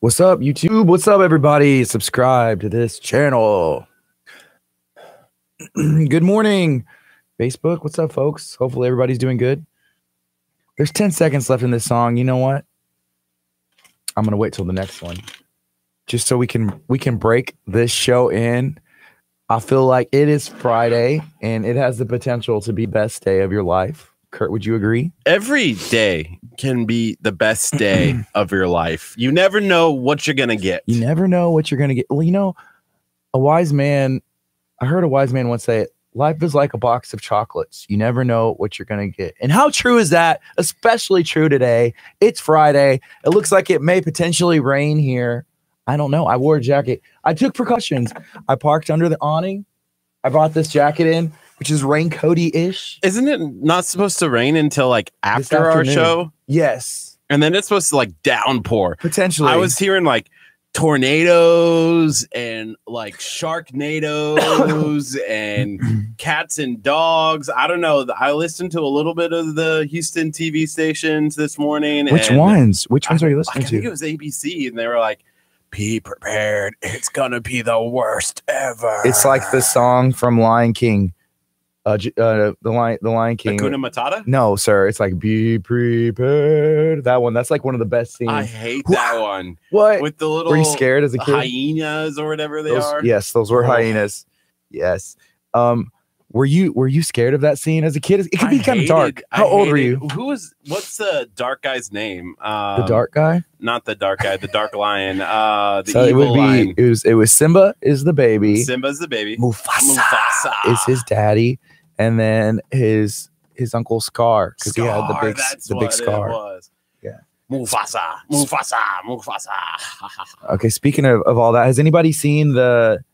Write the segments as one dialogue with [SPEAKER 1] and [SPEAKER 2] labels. [SPEAKER 1] What's up, YouTube? What's up, everybody? Subscribe to this channel. good morning, Facebook. What's up, folks? Hopefully, everybody's doing good. There's 10 seconds left in this song. You know what? I'm gonna wait till the next one, just so we can we can break this show in. I feel like it is Friday, and it has the potential to be best day of your life. Kurt, would you agree?
[SPEAKER 2] Every day can be the best day of your life. You never know what you're gonna get.
[SPEAKER 1] You never know what you're gonna get. Well, you know, a wise man. I heard a wise man once say, "Life is like a box of chocolates. You never know what you're gonna get." And how true is that? Especially true today. It's Friday. It looks like it may potentially rain here. I don't know. I wore a jacket. I took precautions. I parked under the awning. I brought this jacket in, which is raincoaty ish.
[SPEAKER 2] Isn't it not supposed to rain until like after our
[SPEAKER 1] afternoon.
[SPEAKER 2] show?
[SPEAKER 1] Yes,
[SPEAKER 2] And then it's supposed to like downpour.
[SPEAKER 1] potentially.
[SPEAKER 2] I was hearing like tornadoes and like sharknadoes and cats and dogs. I don't know. I listened to a little bit of the Houston TV stations this morning.
[SPEAKER 1] Which
[SPEAKER 2] and uh,
[SPEAKER 1] ones? Which ones are you
[SPEAKER 2] I
[SPEAKER 1] listening
[SPEAKER 2] think
[SPEAKER 1] to?
[SPEAKER 2] it was ABC, and they were like, "Be prepared. It's gonna be the worst ever."
[SPEAKER 1] It's like the song from Lion King. Uh, J- uh the Lion, the Lion King.
[SPEAKER 2] Hakuna Matata.
[SPEAKER 1] No, sir. It's like be prepared. That one. That's like one of the best scenes.
[SPEAKER 2] I hate that one
[SPEAKER 1] what?
[SPEAKER 2] with the little
[SPEAKER 1] Were you scared as a kid?
[SPEAKER 2] hyenas or whatever they
[SPEAKER 1] Those-
[SPEAKER 2] are.
[SPEAKER 1] Yes, those were
[SPEAKER 2] Oh.
[SPEAKER 1] hyenas. Yes. Um, were you were you scared of that scene as a kid? It could
[SPEAKER 2] I
[SPEAKER 1] be kind of
[SPEAKER 2] hated-
[SPEAKER 1] dark.
[SPEAKER 2] I
[SPEAKER 1] How old were
[SPEAKER 2] hated-
[SPEAKER 1] you?
[SPEAKER 2] Who was? What's the dark guy's name? Um,
[SPEAKER 1] the dark guy.
[SPEAKER 2] not the dark guy, the dark lion. Uh, the
[SPEAKER 1] So it
[SPEAKER 2] evil
[SPEAKER 1] would be.
[SPEAKER 2] lion.
[SPEAKER 1] It was. It was Simba is the baby.
[SPEAKER 2] Simba's the baby.
[SPEAKER 1] Mufasa,
[SPEAKER 2] Mufasa.
[SPEAKER 1] is his daddy, and then his his uncle Scar because he had the
[SPEAKER 2] Scar,
[SPEAKER 1] big
[SPEAKER 2] that's
[SPEAKER 1] the
[SPEAKER 2] what
[SPEAKER 1] big
[SPEAKER 2] it
[SPEAKER 1] scar.
[SPEAKER 2] was.
[SPEAKER 1] Yeah.
[SPEAKER 2] Mufasa, Mufasa, Mufasa.
[SPEAKER 1] Okay. Speaking of, of all that, has anybody seen the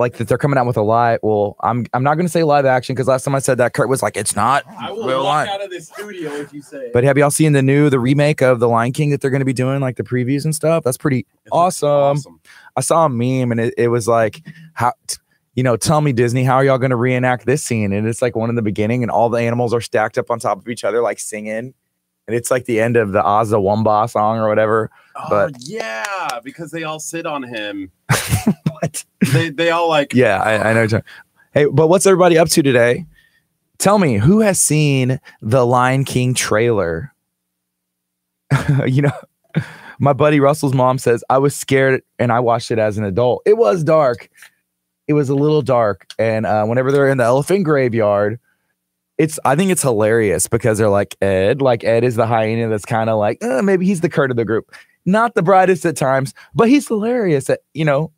[SPEAKER 1] like that they're coming out with a live? Well, I'm I'm not gonna say live action because last time I said that Kurt was like it's not
[SPEAKER 2] I will
[SPEAKER 1] real life.
[SPEAKER 2] walk out of this studio if you say.
[SPEAKER 1] But have y'all seen the new the remake of The Lion King that they're going to be doing like the previews and stuff? That's pretty. awesome. I saw a meme and it, it was like how t- you know, tell me Disney, how are y'all going to reenact this scene? And it's like one in the beginning and all the animals are stacked up on top of each other like singing. And it's like the end of the Ozza Wamba song or whatever.
[SPEAKER 2] But
[SPEAKER 1] But-
[SPEAKER 2] Oh, yeah, because they all sit on him.
[SPEAKER 1] What?
[SPEAKER 2] They they all like.
[SPEAKER 1] Yeah, I, I know. what you're talking- Hey, but what's everybody up to today? Tell me who has seen the Lion King trailer? you know, my buddy Russell's mom says I was scared and I watched it as an adult. It was dark. It was a little dark, and uh, whenever they're in the elephant graveyard, it's I think it's hilarious because they're like Ed, like Ed is the hyena that's kind of like "Uh, maybe he's the Kurt of the group, not the brightest at times, but he's hilarious. At, you know,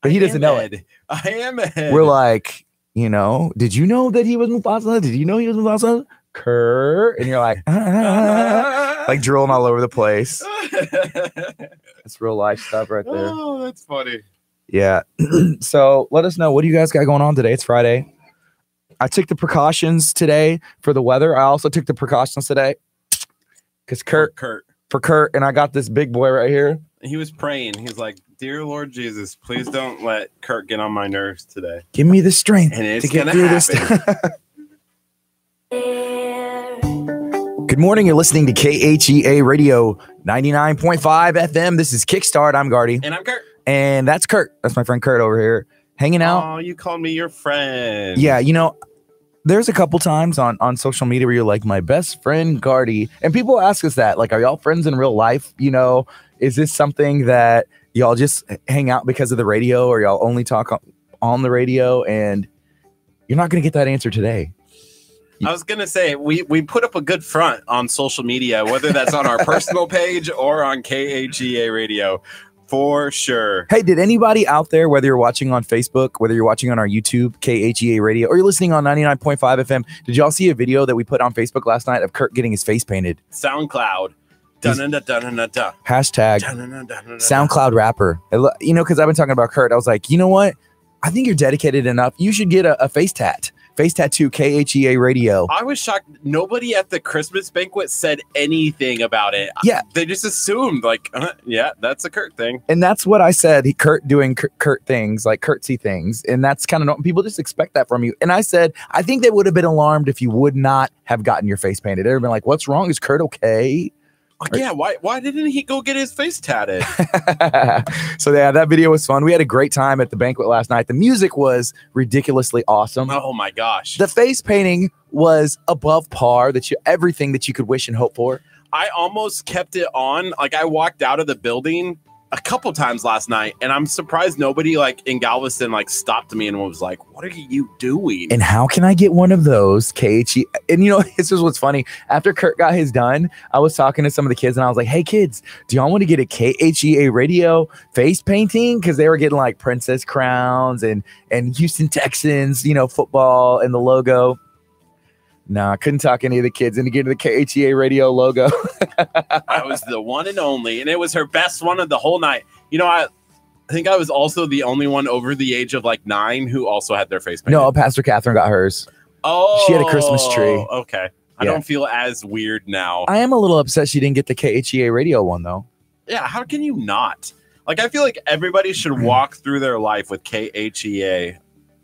[SPEAKER 1] but he
[SPEAKER 2] I
[SPEAKER 1] doesn't
[SPEAKER 2] am
[SPEAKER 1] know it
[SPEAKER 2] Ed. I am Ed.
[SPEAKER 1] we're like, you know, did you know that he was Mufasa? Did you know he was Mufasa? Kerr, and you're like, like drilling all over the place. It's real life stuff right there.
[SPEAKER 2] oh, that's funny.
[SPEAKER 1] Yeah. so let us know what do you guys got going on today? It's Friday. I took the precautions today for the weather. I also took the precautions today because Kurt
[SPEAKER 2] Kurt.
[SPEAKER 1] for Kurt and I got this big boy right here.
[SPEAKER 2] He was praying. He's like, "Dear Lord Jesus, please don't let Kurt get on my nerves today."
[SPEAKER 1] Give me the strength
[SPEAKER 2] And it's
[SPEAKER 1] to get
[SPEAKER 2] gonna
[SPEAKER 1] through
[SPEAKER 2] happen.
[SPEAKER 1] this. Good morning. You're listening to KHEA Radio 99.5 FM. This is Kickstart. I'm Guardy.
[SPEAKER 2] And I'm Kurt.
[SPEAKER 1] And that's Kurt. That's my friend Kurt over here hanging out.
[SPEAKER 2] oh, you called me your friend.
[SPEAKER 1] Yeah, you know, there's a couple times on, on social media where you're like, my best friend Guardy. And people ask us that, like, are y'all friends in real life? You know, is this something that y'all just hang out because of the radio or y'all only talk on, on the radio? And you're not going to get that answer today.
[SPEAKER 2] I was gonna say we we put up a good front on social media, whether that's on our personal page or on KAGA Radio, for sure.
[SPEAKER 1] Hey, did anybody out there, whether you're watching on Facebook, whether you're watching on our YouTube, KHEA radio, or you're listening on 99.5 FM, did y'all see a video that we put on Facebook last night of Kurt getting his face painted?
[SPEAKER 2] SoundCloud. Dun dun dun dun dun.
[SPEAKER 1] Hashtag SoundCloud rapper. I lo- You know, because I've been talking about Kurt, I was like, you know what? I think you're dedicated enough. You should get a, a face tat. Face tattoo, KHEA radio.
[SPEAKER 2] I was shocked. Nobody at the Christmas banquet said anything about it.
[SPEAKER 1] Yeah.
[SPEAKER 2] they just assumed like, uh, yeah, that's a Kurt thing.
[SPEAKER 1] And that's what I said. he- Kurt doing Kurt, Kurt things like curtsy things, and that's kind of not, people just expect that from you. And I said, I think they would have been alarmed if you would not have gotten your face painted. They'd have been like, "What's wrong? Is Kurt okay?"
[SPEAKER 2] Fuck yeah, why why didn't he go get his face tatted?
[SPEAKER 1] so yeah, that video was fun. We had a great time at the banquet last night. The music was ridiculously awesome.
[SPEAKER 2] oh my gosh.
[SPEAKER 1] The face painting was above par. That you everything that you could wish and hope for.
[SPEAKER 2] I almost kept it on. Like I walked out of the building a couple times last night, and I'm surprised nobody like in Galveston like stopped me and was like, "What are you doing?"
[SPEAKER 1] And how can I get one of those KHE? And you know, this is what's funny. After Kurt got his done, I was talking to some of the kids and I was like, hey, kids, do y'all want to get a KHEA radio face painting? Because they were getting like princess crowns and, and Houston Texans, you know, football and the logo. Nah, I couldn't talk any of the kids into getting the KHEA radio logo.
[SPEAKER 2] I was the one and only, and it was her best one of the whole night. You know, I, I think I was also the only one over the age of like nine who also had their face painted.
[SPEAKER 1] no, Pastor Catherine got hers.
[SPEAKER 2] oh,
[SPEAKER 1] she had a Christmas tree.
[SPEAKER 2] Okay, I
[SPEAKER 1] Yeah.
[SPEAKER 2] don't feel as weird now.
[SPEAKER 1] I am a little upset she didn't get the KHEA radio one though.
[SPEAKER 2] yeah, how can you not? Like, I feel like everybody should walk through their life with K H E A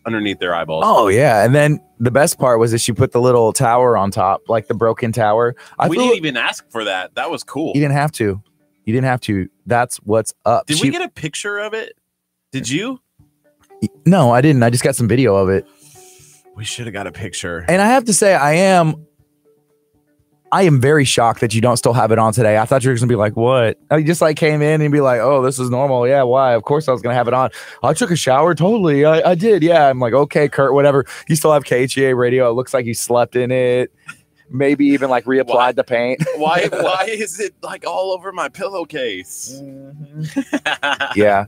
[SPEAKER 2] underneath their eyeballs.
[SPEAKER 1] Oh yeah, and then the best part was that she put the little tower on top, like the broken tower. I
[SPEAKER 2] we
[SPEAKER 1] feel
[SPEAKER 2] didn't even ask for that. That was cool.
[SPEAKER 1] you didn't have to. You didn't have to. That's what's up.
[SPEAKER 2] Did
[SPEAKER 1] She-
[SPEAKER 2] we get a picture of it? Did you?
[SPEAKER 1] no, I didn't. I just got some video of it,
[SPEAKER 2] We should have got a picture.
[SPEAKER 1] and I have to say, I am. I am very shocked that you don't still have it on today. I thought you were gonna be like, "What?" I just like came in and be like, "Oh, this is normal." Yeah, why? Of course I was gonna have it on. I took a shower. Totally, I, I did. Yeah, I'm like, okay, Kurt, whatever. You still have KHEA radio. It looks like you slept in it. Maybe even like reapplied
[SPEAKER 2] Why-
[SPEAKER 1] the paint.
[SPEAKER 2] why why is it like all over my pillowcase?
[SPEAKER 1] Mm-hmm. yeah.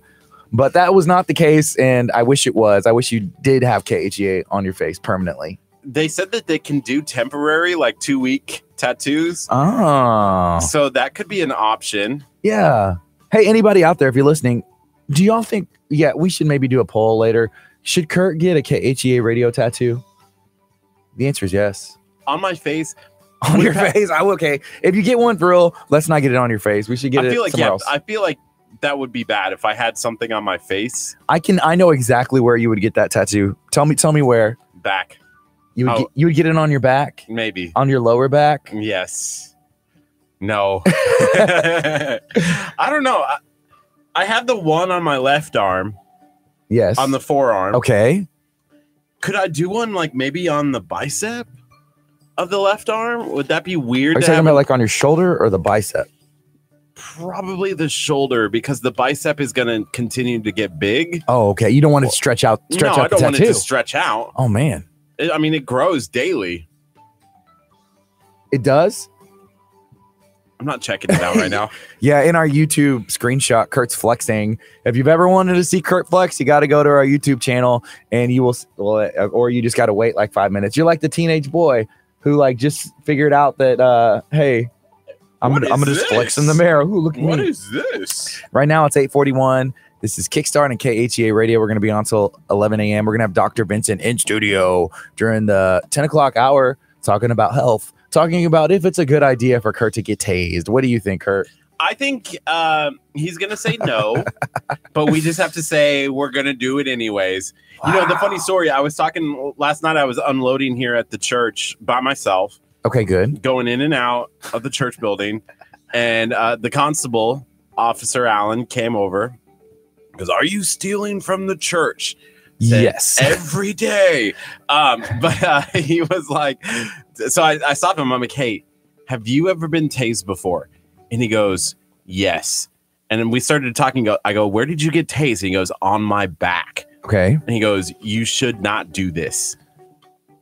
[SPEAKER 1] But that was not the case, and I wish it was. I wish you did have KHEA on your face permanently.
[SPEAKER 2] they said that they can do temporary like 2 week tattoos.
[SPEAKER 1] Oh,
[SPEAKER 2] So that could be an option.
[SPEAKER 1] yeah. Hey, anybody out there, if you're listening, do y'all think, yeah, we should maybe do a poll later? Should Kurt get a KHEA radio tattoo? The answer is yes.
[SPEAKER 2] On my face,
[SPEAKER 1] On
[SPEAKER 2] We
[SPEAKER 1] your
[SPEAKER 2] have-
[SPEAKER 1] face? I'm okay. If you get one for real, let's not get it on your face. We should get
[SPEAKER 2] I
[SPEAKER 1] it
[SPEAKER 2] feel like
[SPEAKER 1] somewhere
[SPEAKER 2] yeah,
[SPEAKER 1] else. I,
[SPEAKER 2] I feel like that would be bad if I had something on my face
[SPEAKER 1] can, I know exactly where you would get that tattoo. Tell me, tell me where
[SPEAKER 2] back
[SPEAKER 1] you would,
[SPEAKER 2] Oh.
[SPEAKER 1] get, you would get it on your back,
[SPEAKER 2] maybe.
[SPEAKER 1] on your lower back.
[SPEAKER 2] Yes. No. I don't know. I, I have the one on my left arm,
[SPEAKER 1] Yes.
[SPEAKER 2] on the forearm.
[SPEAKER 1] okay.
[SPEAKER 2] Could I do one like maybe on the bicep of the left arm? Would that be weird?
[SPEAKER 1] Are you
[SPEAKER 2] to
[SPEAKER 1] talking
[SPEAKER 2] have
[SPEAKER 1] about like on your shoulder or the bicep?
[SPEAKER 2] probably the shoulder because the bicep is going to continue to get big.
[SPEAKER 1] Oh, okay. You don't want to stretch out, stretch
[SPEAKER 2] no, I
[SPEAKER 1] out the
[SPEAKER 2] don't want it
[SPEAKER 1] tattoo.
[SPEAKER 2] to stretch out.
[SPEAKER 1] oh man,
[SPEAKER 2] It- I mean, it grows daily.
[SPEAKER 1] it does.
[SPEAKER 2] I'm not checking it out right now.
[SPEAKER 1] Yeah, in our YouTube screenshot, Kurt's flexing. If you've ever wanted to see Kurt flex, you got to go to our YouTube channel, and you will. s- Well, uh, or you just got to wait like five minutes. You're like the teenage boy who like just figured out that uh, hey, I'm
[SPEAKER 2] What
[SPEAKER 1] gonna, I'm
[SPEAKER 2] is
[SPEAKER 1] gonna just flex in the
[SPEAKER 2] this?
[SPEAKER 1] mirror. Ooh, look at
[SPEAKER 2] what
[SPEAKER 1] me.
[SPEAKER 2] is this?
[SPEAKER 1] Right now it's 841. This is Kickstart and KHEA Radio. We're going to be on till 11 a.m. We're going to have Dr. Vincent in studio during the 10 o'clock hour talking about health, talking about if it's a good idea for Kurt to get tased. What do you think, Kurt?
[SPEAKER 2] I think um, he's going to say no, but we just have to say we're going to do it anyways. You know, the funny story I was talking last night, I was unloading here at the church by myself.
[SPEAKER 1] Okay, good.
[SPEAKER 2] going in and out of the church building, and uh, the constable, Officer Allen, came over. Because are you stealing from the church Say-
[SPEAKER 1] yes.
[SPEAKER 2] every day? Um, but uh, he was like, so I, I stopped him. I'm like, hey, have you ever been tased before? And he goes, yes. And then we started talking. Go, I go, where did you get tased? And he goes, on my back.
[SPEAKER 1] Okay.
[SPEAKER 2] And he goes, you should not do this.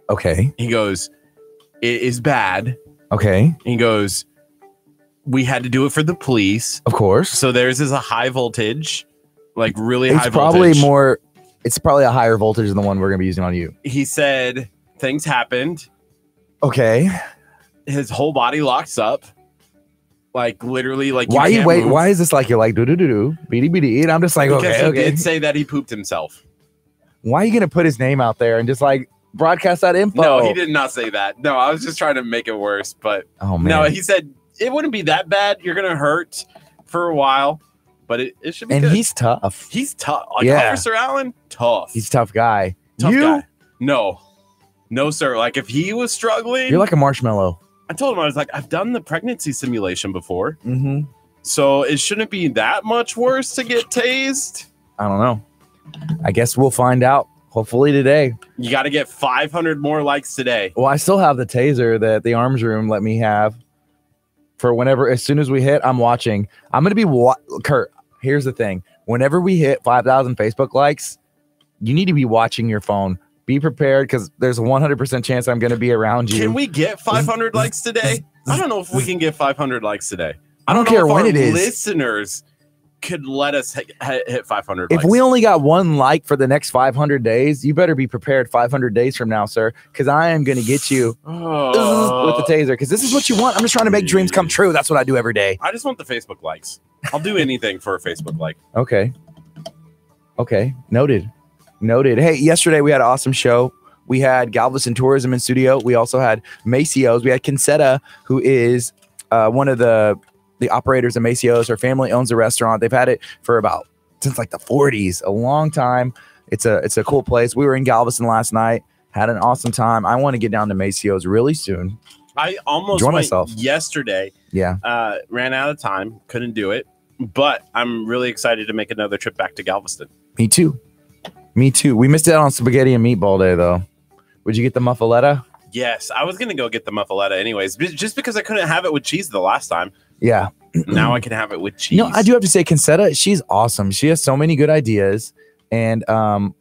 [SPEAKER 1] Okay.
[SPEAKER 2] He goes, it is bad.
[SPEAKER 1] Okay.
[SPEAKER 2] And he goes, We had to do it for the police.
[SPEAKER 1] Of course.
[SPEAKER 2] So theirs is a high voltage, like really
[SPEAKER 1] It's
[SPEAKER 2] high
[SPEAKER 1] probably
[SPEAKER 2] voltage.
[SPEAKER 1] more, it's probably a higher voltage than the one we're going to be using on you.
[SPEAKER 2] He said things happened.
[SPEAKER 1] Okay.
[SPEAKER 2] His whole body locks up. Like literally, like
[SPEAKER 1] why you
[SPEAKER 2] can't
[SPEAKER 1] wait?
[SPEAKER 2] move.
[SPEAKER 1] Why is this like you're like, do do do do, beady beady? And I'm just like,
[SPEAKER 2] Because
[SPEAKER 1] okay,
[SPEAKER 2] he
[SPEAKER 1] okay.
[SPEAKER 2] did say that he pooped himself.
[SPEAKER 1] Why are you going to put his name out there and just like broadcast that info?
[SPEAKER 2] No, he did not say that. No, I was just trying to make it worse. But
[SPEAKER 1] Oh, man.
[SPEAKER 2] no, he said it wouldn't be that bad. You're gonna hurt for a while, but it, it should be.
[SPEAKER 1] and
[SPEAKER 2] good.
[SPEAKER 1] he's tough.
[SPEAKER 2] he's tough. Like
[SPEAKER 1] Yeah.
[SPEAKER 2] Officer Allen, tough.
[SPEAKER 1] He's a tough guy.
[SPEAKER 2] tough
[SPEAKER 1] you,
[SPEAKER 2] guy. No, no, sir. Like if he was struggling,
[SPEAKER 1] you're like a marshmallow.
[SPEAKER 2] I told him I was like, I've done the pregnancy simulation before,
[SPEAKER 1] Mm-hmm.
[SPEAKER 2] so it shouldn't be that much worse to get tased.
[SPEAKER 1] I don't know. I guess we'll find out. Hopefully today.
[SPEAKER 2] You got to get 500 more likes today.
[SPEAKER 1] Well, I still have the taser that the arms room let me have for whenever. As soon as we hit, I'm watching. I'm gonna be wa- Kurt. Here's the thing: whenever we hit 5,000 Facebook likes, you need to be watching your phone. Be prepared because there's a 100% chance I'm gonna be around you.
[SPEAKER 2] Can we get 500 likes today? I don't know if we can get 500 likes today.
[SPEAKER 1] I don't
[SPEAKER 2] know
[SPEAKER 1] care
[SPEAKER 2] if
[SPEAKER 1] when
[SPEAKER 2] our
[SPEAKER 1] it is.
[SPEAKER 2] Listeners could let us hit, hit 500.
[SPEAKER 1] if
[SPEAKER 2] likes.
[SPEAKER 1] we only got one like for the next 500 days, you better be prepared 500 days from now, sir, because I am gonna get you
[SPEAKER 2] Oh.
[SPEAKER 1] with the taser. Because this is what you want. I'm just trying to make dreams come true. That's what I do every day.
[SPEAKER 2] I just want the Facebook likes. I'll do anything for a Facebook like.
[SPEAKER 1] Okay. Okay. Noted. Noted. Hey, yesterday we had an awesome show. We had Galveston Tourism in studio. We also had Maceo's. We had Concetta, who is uh, one of the the operators of Maceo's. Her family owns a restaurant. They've had it for about since like the 40s, a long time. It's a it's a cool place. We were in Galveston last night. Had an awesome time. I want to get down to Maceo's really soon.
[SPEAKER 2] I almost
[SPEAKER 1] Enjoy
[SPEAKER 2] went
[SPEAKER 1] myself.
[SPEAKER 2] yesterday.
[SPEAKER 1] Yeah.
[SPEAKER 2] Uh, ran out of time. Couldn't do it. But I'm really excited to make another trip back to Galveston.
[SPEAKER 1] Me too. Me too. We missed out on spaghetti and meatball day though. Would you get the muffaletta?
[SPEAKER 2] Yes, I was gonna go get the muffaletta anyways, b- just because I couldn't have it with cheese the last time.
[SPEAKER 1] Yeah.
[SPEAKER 2] now I can have it with cheese.
[SPEAKER 1] You know, I do have to say, Concetta, she's awesome. She has so many good ideas, and um,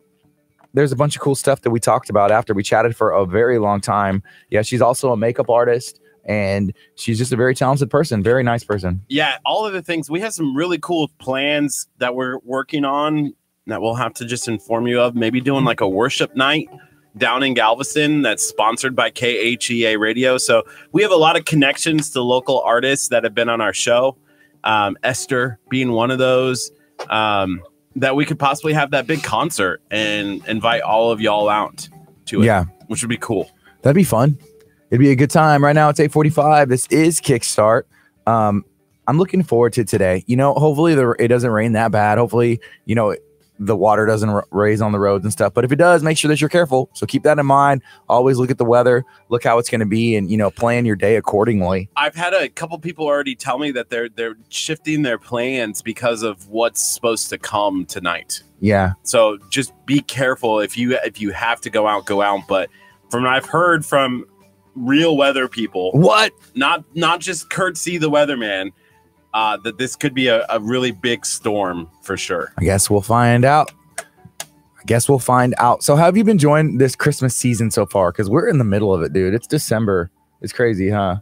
[SPEAKER 1] there's a bunch of cool stuff that we talked about after we chatted for a very long time. Yeah, she's also a makeup artist, and she's just a very talented person, very nice person.
[SPEAKER 2] Yeah, all of the things we have some really cool plans that we're working on that we'll have to just inform you of. Maybe doing like a worship night down in Galveston that's sponsored by KHEA Radio. So we have a lot of connections to local artists that have been on our show. Um, Esther being one of those. Um, that we could possibly have that big concert and invite all of y'all out to it,
[SPEAKER 1] Yeah,
[SPEAKER 2] which would be cool.
[SPEAKER 1] that'd be fun. It'd be a good time. Right now, it's 8:45. This is Kickstart. Um, I'm looking forward to today. You know, hopefully the, it doesn't rain that bad. Hopefully, you know, the water doesn't r- raise on the roads and stuff. But if it does, make sure that you're careful. So keep that in mind. Always look at the weather, look how it's going to be, and you know, plan your day accordingly.
[SPEAKER 2] I've had a couple people already tell me that they're they're shifting their plans because of what's supposed to come tonight.
[SPEAKER 1] Yeah,
[SPEAKER 2] So just be careful if you if you have to go out, go out. But from what I've heard from real weather people,
[SPEAKER 1] what?
[SPEAKER 2] not not just Kurt C the weatherman, uh, that this could be a, a really big storm for sure.
[SPEAKER 1] I guess we'll find out. I guess we'll find out. So, how have you been enjoying this Christmas season so far? Because we're in the middle of it, dude. It's December. It's crazy, huh?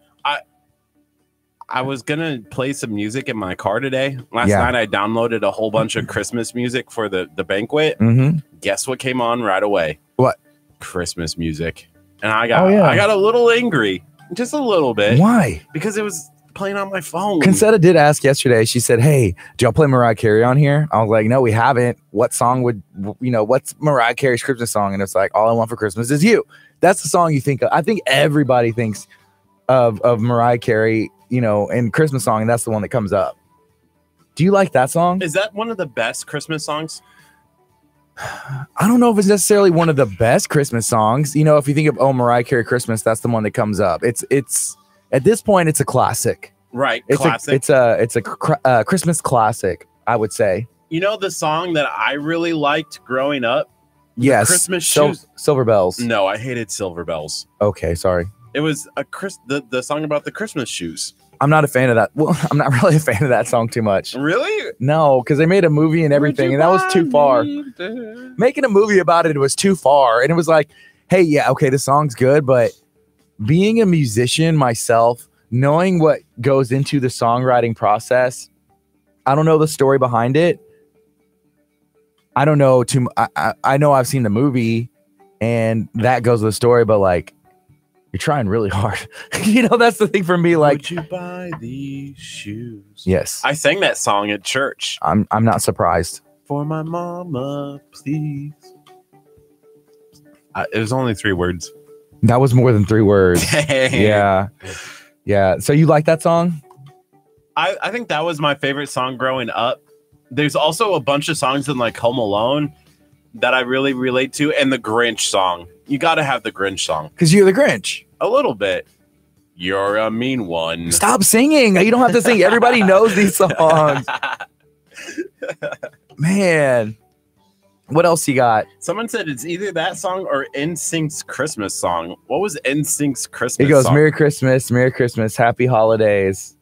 [SPEAKER 2] I was gonna play some music in my car today. Last
[SPEAKER 1] Yeah.
[SPEAKER 2] night I downloaded a whole bunch of Christmas music for the the banquet.
[SPEAKER 1] Mm-hmm.
[SPEAKER 2] guess what came on right away?
[SPEAKER 1] What?
[SPEAKER 2] Christmas music. And I got
[SPEAKER 1] Oh, yeah.
[SPEAKER 2] I got a little angry, just a little bit,
[SPEAKER 1] Why?
[SPEAKER 2] because it was playing on my phone.
[SPEAKER 1] Consetta did ask yesterday. She said, "Hey, do y'all play Mariah Carey on here?" I was like, "No, we haven't. What song would you know? What's Mariah Carey's Christmas song?" And it's like, "All I Want for Christmas Is You." That's the song you think of. I think everybody thinks of of Mariah Carey, you know, and Christmas song, and that's the one that comes up. Do you like that song?
[SPEAKER 2] Is that one of the best Christmas songs?
[SPEAKER 1] I don't know if it's necessarily one of the best Christmas songs. You know, if you think of "Oh Mariah Carey Christmas," that's the one that comes up. It's it's at this point, it's a classic.
[SPEAKER 2] Right,
[SPEAKER 1] It's
[SPEAKER 2] classic.
[SPEAKER 1] A, it's a it's a cr- uh, Christmas classic. I would say.
[SPEAKER 2] you know the song that I really liked growing up?
[SPEAKER 1] Yes.
[SPEAKER 2] Christmas
[SPEAKER 1] Sil-
[SPEAKER 2] shoes-
[SPEAKER 1] Silver bells.
[SPEAKER 2] No, I hated Silver Bells.
[SPEAKER 1] Okay, sorry.
[SPEAKER 2] It was a Chris the, the song about the Christmas shoes.
[SPEAKER 1] I'm not a fan of that. Well, I'm not really a fan of that song too much.
[SPEAKER 2] Really?
[SPEAKER 1] No, because they made a movie and everything, and that was too far. Making a movie about it was too far. And it was like, hey, yeah, okay, the song's good, but being a musician myself, knowing what goes into the songwriting process, I don't know the story behind it. I don't know too. m- I, I- I know I've seen the movie, and that goes with the story. But like, you're trying really hard. you know, that's the thing for me. Like,
[SPEAKER 2] Would you buy these shoes?
[SPEAKER 1] yes,
[SPEAKER 2] I sang that song at church.
[SPEAKER 1] I'm. I'm not surprised.
[SPEAKER 2] for my mama, please. it was only three words.
[SPEAKER 1] That was more than three words. yeah, yeah. So you like that song?
[SPEAKER 2] I, I think that was my favorite song growing up. There's also a bunch of songs in like Home Alone that I really relate to, and the Grinch song. You got to have the Grinch song
[SPEAKER 1] Because you're the Grinch.
[SPEAKER 2] a little bit. You're a mean one.
[SPEAKER 1] Stop singing. You don't have to sing. Everybody knows these songs. Man. What else you got?
[SPEAKER 2] Someone said it's either that song or NSYNC's Christmas song. What was NSYNC's Christmas?
[SPEAKER 1] It goes
[SPEAKER 2] song?
[SPEAKER 1] Merry Christmas, Merry Christmas, Happy Holidays.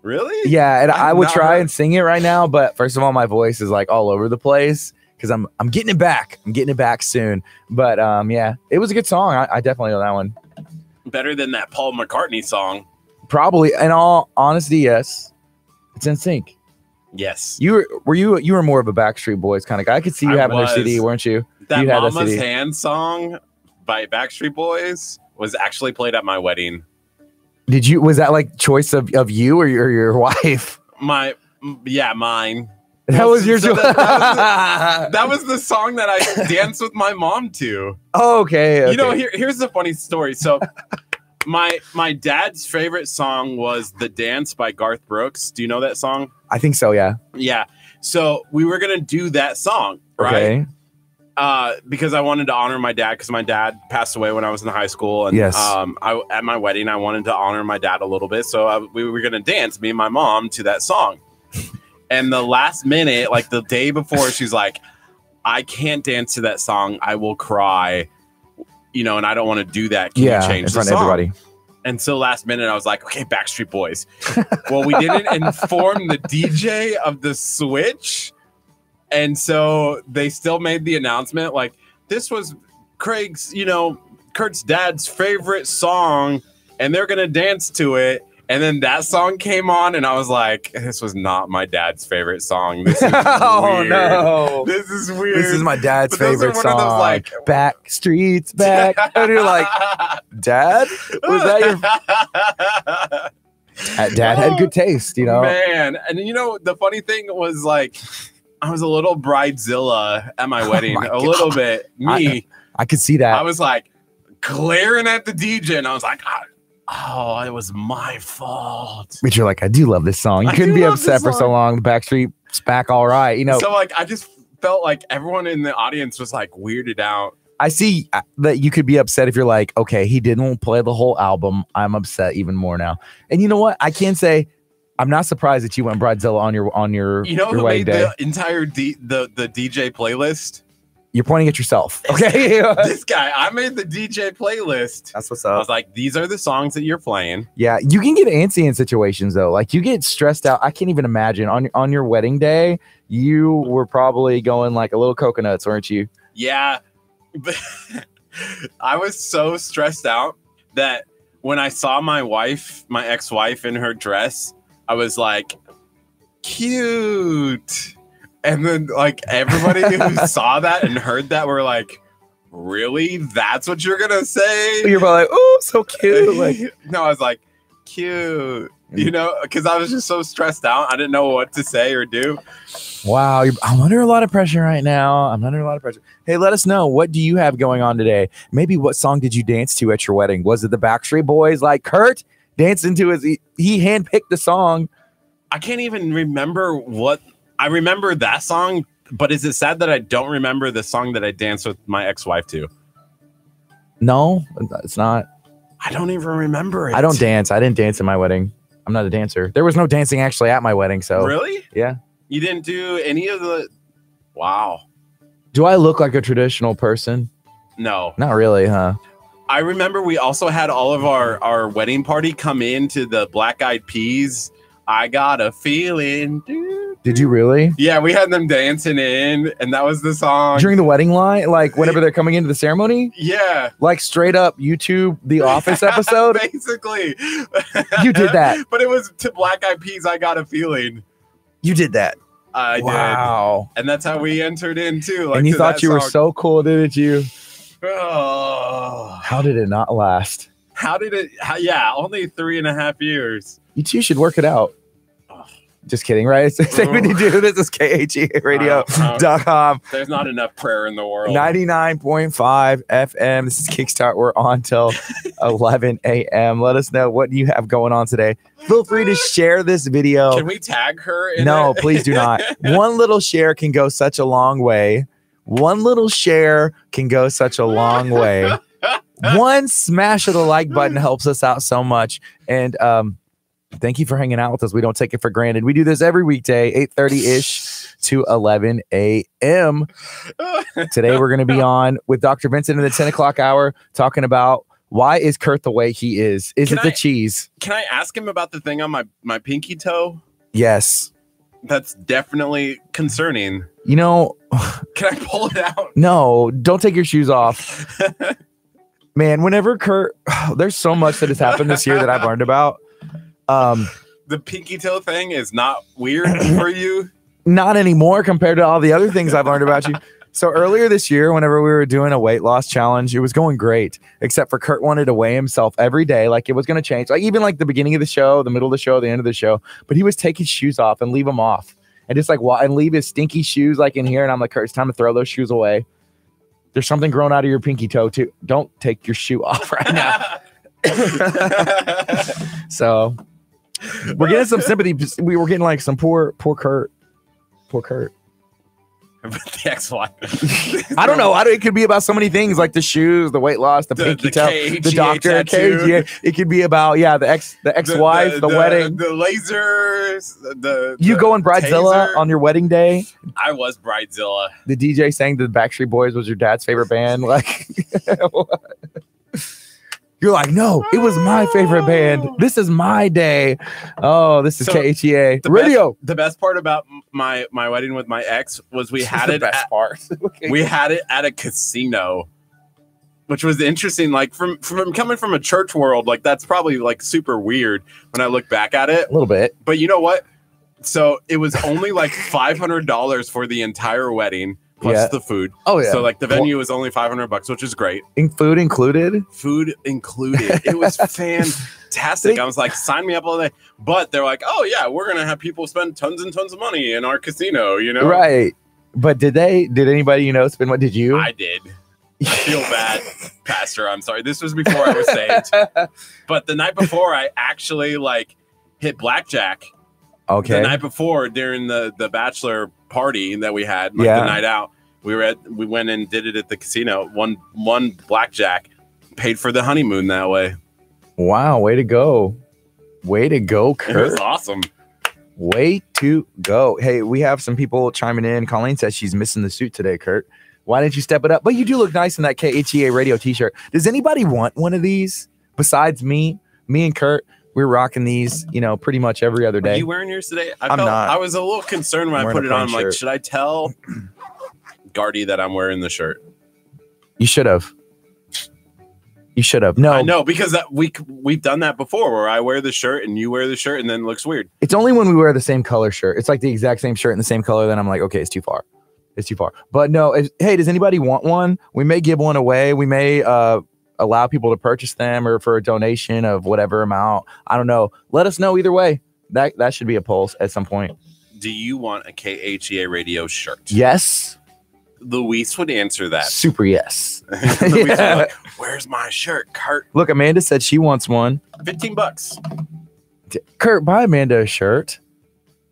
[SPEAKER 2] Really?
[SPEAKER 1] Yeah, and
[SPEAKER 2] I've
[SPEAKER 1] i would
[SPEAKER 2] not
[SPEAKER 1] try
[SPEAKER 2] heard-
[SPEAKER 1] and sing it right now, but first of all, my voice is like all over the place because I'm I'm getting it back. I'm getting it back soon. But um, yeah, it was a good song. I, I definitely know that one.
[SPEAKER 2] Better than that Paul McCartney song.
[SPEAKER 1] Probably, in all honesty, yes, it's in sync.
[SPEAKER 2] Yes.
[SPEAKER 1] You were were you you were more of a Backstreet Boys kind of guy. I could see you
[SPEAKER 2] I
[SPEAKER 1] having
[SPEAKER 2] was.
[SPEAKER 1] their CD, weren't you?
[SPEAKER 2] That
[SPEAKER 1] You had that
[SPEAKER 2] Mama's
[SPEAKER 1] CD.
[SPEAKER 2] Hand song by Backstreet Boys was actually played at my wedding.
[SPEAKER 1] Did you was that like choice of, of you or your your wife?
[SPEAKER 2] My yeah, mine.
[SPEAKER 1] That was your
[SPEAKER 2] So
[SPEAKER 1] choice.
[SPEAKER 2] that- That was the song that I danced with my mom to.
[SPEAKER 1] Oh, okay,
[SPEAKER 2] You know,
[SPEAKER 1] okay.
[SPEAKER 2] here, here's the funny story. So my my dad's favorite song was The Dance by Garth Brooks. Do you know that song?
[SPEAKER 1] I think so. Yeah.
[SPEAKER 2] Yeah. So we were gonna do that song, right?
[SPEAKER 1] Okay.
[SPEAKER 2] Uh, because I wanted to honor my dad because my dad passed away when I was in high school, and
[SPEAKER 1] Yes.
[SPEAKER 2] um, I at my wedding I wanted to honor my dad a little bit, so I, we were gonna dance me and my mom to that song. and the last minute, like the day before, she's like, "I can't dance to that song. I will cry." You know, and I don't want to do that. Can
[SPEAKER 1] yeah.
[SPEAKER 2] you change
[SPEAKER 1] in
[SPEAKER 2] the
[SPEAKER 1] front of
[SPEAKER 2] song?
[SPEAKER 1] everybody.
[SPEAKER 2] And so last minute, I was like, okay, Backstreet Boys. well, we didn't inform the DJ of the switch. And so they still made the announcement like, this was Craig's, you know, Kurt's dad's favorite song, and they're going to dance to it. And then that song came on, and I was like, this was not my dad's favorite song. This is
[SPEAKER 1] oh
[SPEAKER 2] weird.
[SPEAKER 1] no.
[SPEAKER 2] This is weird.
[SPEAKER 1] This is my dad's
[SPEAKER 2] But those are
[SPEAKER 1] favorite
[SPEAKER 2] one
[SPEAKER 1] song.
[SPEAKER 2] of those, like-
[SPEAKER 1] back streets back. and you're like, Dad? Was that your
[SPEAKER 2] your.
[SPEAKER 1] Uh, dad had good taste, you know?
[SPEAKER 2] Oh, man and you know the funny thing was like i was a little bridezilla at my wedding
[SPEAKER 1] Oh my
[SPEAKER 2] a little bit me
[SPEAKER 1] I could see
[SPEAKER 2] I,
[SPEAKER 1] that.
[SPEAKER 2] was like glaring at the dj and i was like "Ah, oh it was my fault
[SPEAKER 1] But you're like, I do love this song. You
[SPEAKER 2] I
[SPEAKER 1] couldn't
[SPEAKER 2] do
[SPEAKER 1] be
[SPEAKER 2] love this
[SPEAKER 1] upset for so
[SPEAKER 2] song.
[SPEAKER 1] long. Backstreet's back all right. You know,
[SPEAKER 2] so like i just felt like everyone in the audience was like weirded out
[SPEAKER 1] I see uh, that you could be upset if you're like, okay, he didn't play the whole album. I'm upset even more now. And you know what? I can say I'm not surprised that you went Bridezilla on your on your,
[SPEAKER 2] you know
[SPEAKER 1] your
[SPEAKER 2] who
[SPEAKER 1] wedding
[SPEAKER 2] made
[SPEAKER 1] day.
[SPEAKER 2] the entire D- the the dj playlist
[SPEAKER 1] You're pointing at yourself. Okay.
[SPEAKER 2] this guy i made the dj playlist
[SPEAKER 1] That's what's
[SPEAKER 2] i
[SPEAKER 1] up.
[SPEAKER 2] was like these are the songs that you're playing
[SPEAKER 1] Yeah, you can get antsy in situations though. Like you get stressed out. I can't even imagine on on your wedding day, you were probably going like a little coconuts, weren't you?
[SPEAKER 2] Yeah. But I was so stressed out that when I saw my wife, my ex wife in her dress, I was like, cute. And then, like, everybody who saw that and heard that were like, really? That's what you're going to say?
[SPEAKER 1] You're probably like, oh, so cute. Like, Mm.
[SPEAKER 2] no, I was like, cute. You know, because I was just so stressed out. I didn't know what to say or do.
[SPEAKER 1] wow, you're, I'm under a lot of pressure right now. I'm under a lot of pressure. Hey, let us know what do you have going on today? Maybe what song did you dance to at your wedding? Was it the Backstreet Boys? Like Kurt dancing to his he, he handpicked the song.
[SPEAKER 2] I can't even remember what I remember that song, but is it sad that I don't remember the song that I danced with my ex-wife to?
[SPEAKER 1] No, it's not.
[SPEAKER 2] I don't even remember it.
[SPEAKER 1] I don't dance. I didn't dance at my wedding. I'm not a dancer. There was no dancing actually at my wedding. So
[SPEAKER 2] Really?
[SPEAKER 1] Yeah.
[SPEAKER 2] You didn't do any of the Wow.
[SPEAKER 1] Do I look like a traditional person?
[SPEAKER 2] No.
[SPEAKER 1] Not really, huh?
[SPEAKER 2] I remember we also had all of our our wedding party come into the Black Eyed Peas. I got a feeling.
[SPEAKER 1] Did you really?
[SPEAKER 2] Yeah, we had them dancing in and that was the song.
[SPEAKER 1] During the wedding line, like whenever they're coming into the ceremony,
[SPEAKER 2] yeah.
[SPEAKER 1] like straight up YouTube The Office episode,
[SPEAKER 2] Basically.
[SPEAKER 1] you did that.
[SPEAKER 2] But it was to Black Eyed Peas I got a feeling.
[SPEAKER 1] You did that.
[SPEAKER 2] I did.
[SPEAKER 1] wow.
[SPEAKER 2] And that's how we entered in too. Like
[SPEAKER 1] and you
[SPEAKER 2] to
[SPEAKER 1] thought
[SPEAKER 2] that
[SPEAKER 1] you were
[SPEAKER 2] song.
[SPEAKER 1] so cool, didn't you?
[SPEAKER 2] Oh.
[SPEAKER 1] How did it not last?
[SPEAKER 2] How did it? How, yeah, only three and a half years.
[SPEAKER 1] You two should work it out.
[SPEAKER 2] Ugh.
[SPEAKER 1] Just kidding, right? It's the same when you do. This is E
[SPEAKER 2] Uh, uh,
[SPEAKER 1] KHERadio.com.
[SPEAKER 2] There's not enough prayer in the world.
[SPEAKER 1] e, 99.5 FM. This is Kickstart. We're on till 11 a.m. Let us know what you have going on today. Feel free to share this video.
[SPEAKER 2] Can we tag her? In
[SPEAKER 1] No,
[SPEAKER 2] it?
[SPEAKER 1] please do not. One little share can go such a long way. One little share can go such a long way. one smash of the like button helps us out so much. And um, thank you for hanging out with us. We don't take it for granted. We do this every weekday, 8:30 ish to 11 a.m. Today we're going to be on with Dr. Vincent in the 10 o'clock hour talking about why is Kurt the way he is? Is
[SPEAKER 2] Can
[SPEAKER 1] it the
[SPEAKER 2] I-
[SPEAKER 1] cheese?
[SPEAKER 2] Can I ask him about the thing on my my pinky toe?
[SPEAKER 1] Yes.
[SPEAKER 2] That's definitely concerning.
[SPEAKER 1] You know,
[SPEAKER 2] Can I pull it out?
[SPEAKER 1] no, don't take your shoes off. Man, whenever Kurt, there's so much that has happened this year that I've learned about. Um,
[SPEAKER 2] The pinky toe thing is not weird for you.
[SPEAKER 1] not anymore compared to all the other things I've learned about you. So earlier this year, whenever we were doing a weight loss challenge, it was going great, except for Kurt wanted to weigh himself every day. Like it was going to change, like even like the beginning of the show, the middle of the show, the end of the show. But he was taking shoes off and leave them off, and just like wa- and leave his stinky shoes like in here. And I'm like, Kurt, it's time to throw those shoes away. There's something growing out of your pinky toe too. Don't take your shoe off right now. So we're getting some sympathy. We were getting like some poor, poor Kurt, poor Kurt.
[SPEAKER 2] But the ex-wife.
[SPEAKER 1] I don't know. I don't, it could be about so many things like the shoes, the weight loss, the,
[SPEAKER 2] The-
[SPEAKER 1] pinky
[SPEAKER 2] the
[SPEAKER 1] toe,
[SPEAKER 2] KGA
[SPEAKER 1] the doctor, E
[SPEAKER 2] tattoo.
[SPEAKER 1] KGA. It could be about yeah, the ex, the ex wife, the, wedding.
[SPEAKER 2] the lasers, the
[SPEAKER 1] you
[SPEAKER 2] the
[SPEAKER 1] go in Bridezilla
[SPEAKER 2] taser.
[SPEAKER 1] on your wedding day.
[SPEAKER 2] I was Bridezilla.
[SPEAKER 1] The DJ sang that the Backstreet Boys was your dad's favorite band. Like, you're like, no, it was my favorite band. This is my day. Oh, this is
[SPEAKER 2] Oh. So,
[SPEAKER 1] KHEA
[SPEAKER 2] the
[SPEAKER 1] radio.
[SPEAKER 2] The best part about m- my my wedding with my ex was we had
[SPEAKER 1] the
[SPEAKER 2] it
[SPEAKER 1] best
[SPEAKER 2] at,
[SPEAKER 1] part. Okay.
[SPEAKER 2] we had it at a casino, which was interesting. Like from from coming from a church world, like that's probably like super weird when I look back at it.
[SPEAKER 1] a little bit.
[SPEAKER 2] But you know what? So it was only like five hundred dollars for the entire wedding plus
[SPEAKER 1] Yeah.
[SPEAKER 2] the food.
[SPEAKER 1] Oh yeah,
[SPEAKER 2] So like the
[SPEAKER 1] Well-
[SPEAKER 2] venue was only five hundred bucks, which is great.
[SPEAKER 1] In- food included.
[SPEAKER 2] food included. It was fantastic. I was like, sign me up all day. But they're like, oh yeah, we're gonna have people spend tons and tons of money in our casino. You know,
[SPEAKER 1] Right. But did they? Did anybody you know spend? What did you?
[SPEAKER 2] I did. I feel bad, Pastor. I'm sorry. This was before I was saved. But the night before, I actually like hit blackjack.
[SPEAKER 1] okay.
[SPEAKER 2] The night before, during the the bachelor party that we had, like
[SPEAKER 1] Yeah.
[SPEAKER 2] the night out, we were at we went and did it at the casino. One one blackjack, paid for the honeymoon that way.
[SPEAKER 1] Wow, way to go. Way to go,
[SPEAKER 2] It was
[SPEAKER 1] Kurt.
[SPEAKER 2] awesome.
[SPEAKER 1] Way to go. Hey, we have some people chiming in. Colleen says she's missing the suit today, Kurt. Why didn't you step it up? But you do look nice in that KHEA radio t shirt. Does anybody want one of these besides me? Me and Kurt, we're rocking these, you know, pretty much every other
[SPEAKER 2] Are
[SPEAKER 1] day.
[SPEAKER 2] you wearing yours today? I
[SPEAKER 1] I'm
[SPEAKER 2] felt,
[SPEAKER 1] not.
[SPEAKER 2] I was a little concerned when
[SPEAKER 1] I'm
[SPEAKER 2] I
[SPEAKER 1] wearing
[SPEAKER 2] put
[SPEAKER 1] a
[SPEAKER 2] it on.
[SPEAKER 1] plain
[SPEAKER 2] I'm like,
[SPEAKER 1] shirt.
[SPEAKER 2] should I tell Guardy that I'm wearing the shirt?
[SPEAKER 1] You should have. You should have. No,
[SPEAKER 2] I know because that we c- we've done that before, where I wear the shirt and you wear the shirt, and then it looks weird.
[SPEAKER 1] It's only when we wear the same color shirt. It's like the exact same shirt in the same color. Then I'm like, okay, it's too far. It's too far. But no, if, hey, does anybody want one? We may give one away. We may uh, allow people to purchase them or for a donation of whatever amount. I don't know. Let us know either way. That that should be a pulse at some point.
[SPEAKER 2] Do you want a KHEA radio shirt?
[SPEAKER 1] Yes,
[SPEAKER 2] Luis would answer that.
[SPEAKER 1] super yes.
[SPEAKER 2] Luis would be
[SPEAKER 1] Yeah.
[SPEAKER 2] like, Where's my shirt, Kurt?
[SPEAKER 1] Look, Amanda said she wants one.
[SPEAKER 2] Fifteen bucks.
[SPEAKER 1] D- Kurt, buy Amanda a shirt.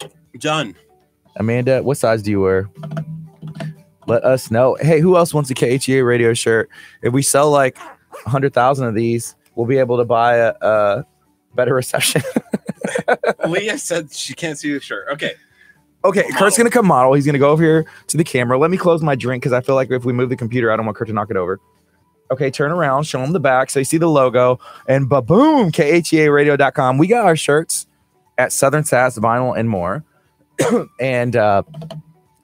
[SPEAKER 2] Done.
[SPEAKER 1] Amanda, what size do you wear? Let us know. Hey, who else wants a KHEA radio shirt? If we sell like 100,000 of these, we'll be able to buy a, a better reception.
[SPEAKER 2] Leah said she can't see the shirt. Okay.
[SPEAKER 1] okay,
[SPEAKER 2] Model.
[SPEAKER 1] Kurt's going to come model. He's going to go over here to the camera. Let me close my drink because I feel like if we move the computer, I don't want Kurt to knock it over. Okay, turn around, show him the back so you see the logo, and ba boom, KHEAradio.com. We got our shirts at Southern Sass Vinyl and more. and uh,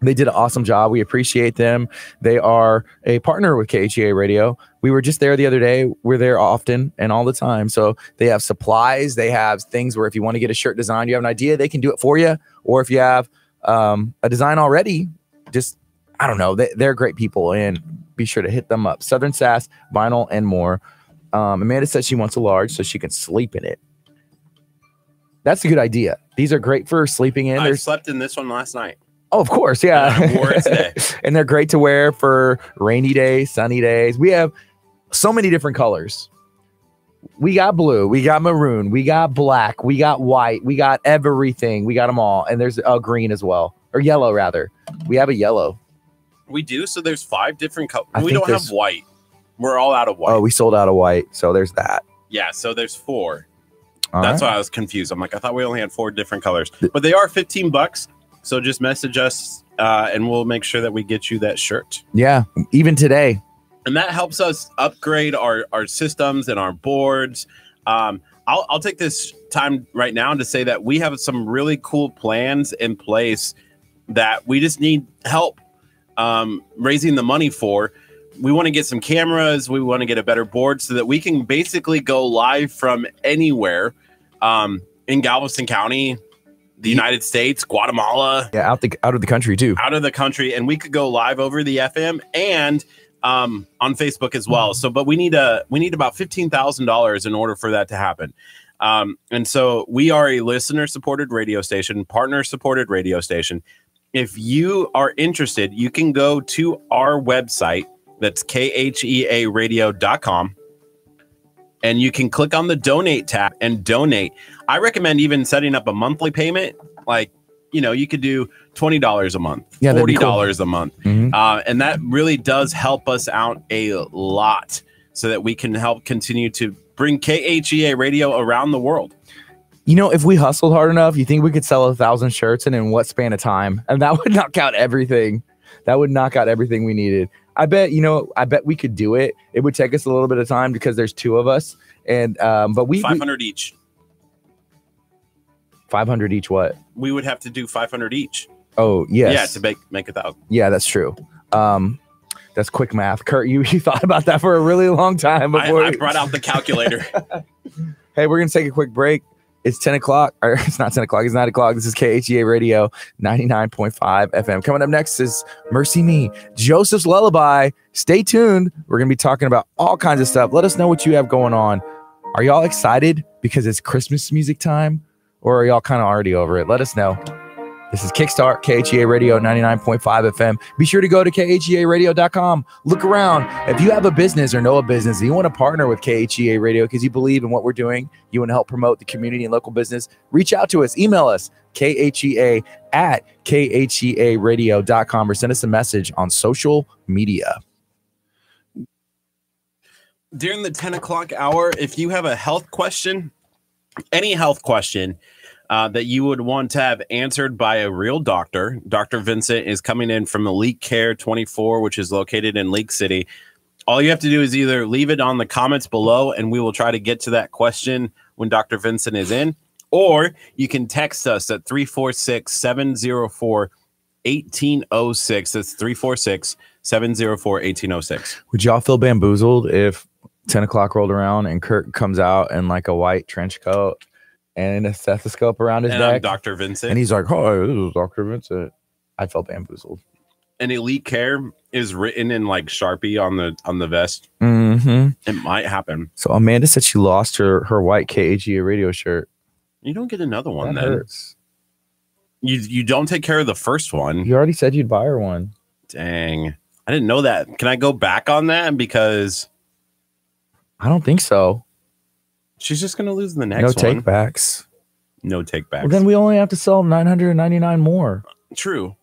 [SPEAKER 1] they did an awesome job. We appreciate them. They are a partner with KHEA Radio. We were just there the other day. We're there often and all the time. So they have supplies. They have things where if you want to get a shirt designed, you have an idea, they can do it for you. Or if you have um, a design already, just I don't know. They, they're great people, and be sure to hit them up. Southern Sass Vinyl and more. Um, Amanda said she wants a large so she can sleep in it. That's a good idea. These are great for sleeping in.
[SPEAKER 2] I
[SPEAKER 1] There's
[SPEAKER 2] slept in this one last night.
[SPEAKER 1] Oh, of course,
[SPEAKER 2] Yeah.
[SPEAKER 1] yeah.
[SPEAKER 2] I wore it today.
[SPEAKER 1] and they're great to wear for rainy days, sunny days. We have so many different colors. We got blue, we got maroon, we got black, we got white, we got everything. We got them all. And there's uh, green as well, or yellow rather. We have a yellow.
[SPEAKER 2] We do. So there's five different colors.
[SPEAKER 1] I
[SPEAKER 2] We
[SPEAKER 1] think
[SPEAKER 2] don't
[SPEAKER 1] there's-
[SPEAKER 2] have white. We're all out of white.
[SPEAKER 1] Oh, we sold out of white, so there's that.
[SPEAKER 2] yeah, so there's four.
[SPEAKER 1] All
[SPEAKER 2] That's
[SPEAKER 1] right.
[SPEAKER 2] why I was confused. I'm like, I thought we only had four different colors, but they are 15 bucks. So just message us uh, and we'll make sure that we get you that shirt.
[SPEAKER 1] yeah, even today.
[SPEAKER 2] and that helps us upgrade our our systems and our boards. Um, I'll, I'll take this time right now to say that we have some really cool plans in place that we just need help um, raising the money for. We want to get some cameras. We want to get a better board so that we can basically go live from anywhere um, in Galveston County, the United States, Guatemala,
[SPEAKER 1] Yeah, out the out of the country too.
[SPEAKER 2] out of the country and we could go live over the FM and um, on Facebook as well. So, but we need a we need about fifteen thousand dollars in order for that to happen. Um, and so we are a listener supported radio station, partner supported radio station. If you are interested, you can go to our website. That's E khearadio.com. And you can click on the donate tab and donate. I recommend even setting up a monthly payment. Like, you know, you could do $20 a month,
[SPEAKER 1] Yeah, that'd be
[SPEAKER 2] $40
[SPEAKER 1] cool.
[SPEAKER 2] a month.
[SPEAKER 1] Mhm.
[SPEAKER 2] Uh, and that really does help us out a lot so that we can help continue to bring KHEA radio around the world.
[SPEAKER 1] You know, if we hustled hard enough, you think we could sell a thousand shirts and in what span of time? And that would knock out everything. That would knock out everything we needed. I bet, you know, I bet we could do it. It would take us a little bit of time because there's two of us. And, um, but we, we
[SPEAKER 2] 500 each.
[SPEAKER 1] 500 each what?
[SPEAKER 2] We would have to do 500 each.
[SPEAKER 1] Oh, yes.
[SPEAKER 2] Yeah, to make make a thousand.
[SPEAKER 1] Yeah, that's true. Um, that's quick math. Kurt, you, you thought about that for a really long time
[SPEAKER 2] I,
[SPEAKER 1] before.
[SPEAKER 2] I
[SPEAKER 1] we-
[SPEAKER 2] brought out the calculator.
[SPEAKER 1] hey, we're going to take a quick break. It's 10 o'clock, or it's not 10 o'clock, it's 9 o'clock. This is KHEA Radio 99.5 FM. Coming up next is Mercy Me, Joseph's Lullaby. Stay tuned. We're going to be talking about all kinds of stuff. Let us know what you have going on. Are y'all excited because it's Christmas music time, or are y'all kind of already over it? Let us know. This is Kickstart, KHEA Radio 99.5 FM. Be sure to E go to KHEAradio.com. Look around. If you have a business or know a business and you want to partner with KHEA Radio because you believe in what we're doing, you want to help promote the community and local business, reach out to us. Email us, KHEA at E KHEAradio.com or send us a message on social media.
[SPEAKER 2] during the 10 o'clock hour, if you have a health question, any health question uh, that you would want to have answered by a real doctor, Dr. Vincent is coming in from Elite Care 24, which is located in Lake City. All you have to do is either leave it on the comments below, and we will try to get to that question when Dr. Vincent is in, or you can text us at 346 704 1806. That's 346 704 1806.
[SPEAKER 1] Would y'all feel bamboozled if 10 o'clock rolled around and Kirk comes out in like a white trench coat and a stethoscope around his
[SPEAKER 2] And
[SPEAKER 1] neck?
[SPEAKER 2] I'm Dr. Vincent.
[SPEAKER 1] And he's like, "Hi, this is Doctor Vincent." I felt bamboozled.
[SPEAKER 2] and elite care is written in like sharpie on the on the vest
[SPEAKER 1] Mm-hmm.
[SPEAKER 2] it might happen
[SPEAKER 1] So Amanda said she lost her her white KHEA radio shirt.
[SPEAKER 2] you don't get another one
[SPEAKER 1] that
[SPEAKER 2] then
[SPEAKER 1] hurts.
[SPEAKER 2] you you don't take care of the first one
[SPEAKER 1] You already said you'd buy her one.
[SPEAKER 2] dang i didn't know that can i go back on that because
[SPEAKER 1] I don't think so.
[SPEAKER 2] she's just gonna lose in the next
[SPEAKER 1] no
[SPEAKER 2] one
[SPEAKER 1] take backs.
[SPEAKER 2] no take back
[SPEAKER 1] Well, then we only have to sell 999 more.
[SPEAKER 2] true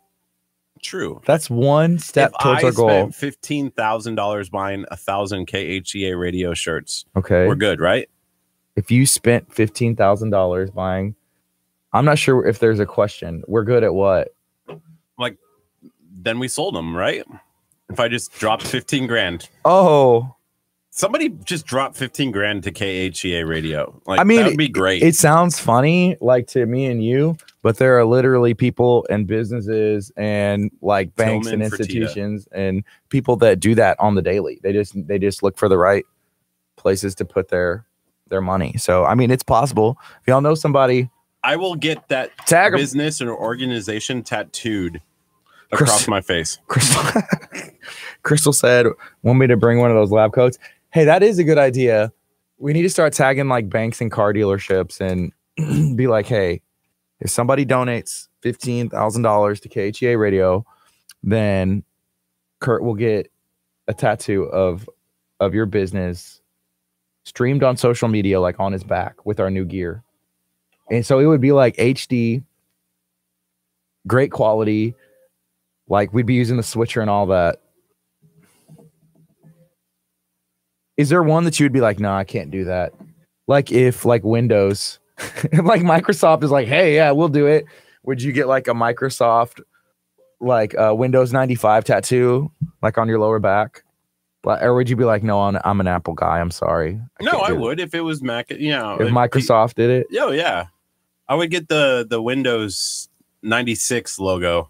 [SPEAKER 2] true
[SPEAKER 1] That's one step
[SPEAKER 2] if
[SPEAKER 1] towards
[SPEAKER 2] I
[SPEAKER 1] our goal.
[SPEAKER 2] spent fifteen thousand dollars buying a thousand KHEA radio shirts,
[SPEAKER 1] Okay.
[SPEAKER 2] we're good, right?
[SPEAKER 1] if you spent fifteen thousand dollars buying, I'm not sure if there's a question. We're good at what?
[SPEAKER 2] Then we sold them, right? If I just dropped fifteen grand,
[SPEAKER 1] Oh,
[SPEAKER 2] Somebody just drop 15 grand to KHEA radio. Like,
[SPEAKER 1] I mean,
[SPEAKER 2] that would be great.
[SPEAKER 1] it sounds funny like to me and you but there are literally people and businesses and like banks
[SPEAKER 2] Tillman
[SPEAKER 1] and
[SPEAKER 2] Fertitta.
[SPEAKER 1] institutions and people that do that on the daily they just they just look for the right places to put their their money so i mean it's possible if y'all know somebody
[SPEAKER 2] I will get that
[SPEAKER 1] tag 'em.
[SPEAKER 2] business and organization tattooed across
[SPEAKER 1] Chris-
[SPEAKER 2] my face.
[SPEAKER 1] crystal crystal said want me to bring one of those lab coats hey that is a good idea we need to start tagging like banks and car dealerships and be like hey if somebody donates $15000 to khea radio then kurt will get a tattoo of of your business streamed on social media like on his back with our new gear and so it would be like hd great quality like we'd be using the switcher and all that. Is there one that you would be like, no, I can't do that? Like if like Windows, like Microsoft is like, hey, yeah, we'll do it. Would you get like a Microsoft like uh, Windows 95 tattoo like on your lower back? Like, or would you be like, no, I'm, I'm an Apple guy. I'm sorry.
[SPEAKER 2] No,
[SPEAKER 1] can't
[SPEAKER 2] I
[SPEAKER 1] do it."
[SPEAKER 2] would if it was Mac. You know,
[SPEAKER 1] If Microsoft did it,
[SPEAKER 2] Yo, yeah, I would get the the Windows ninety six logo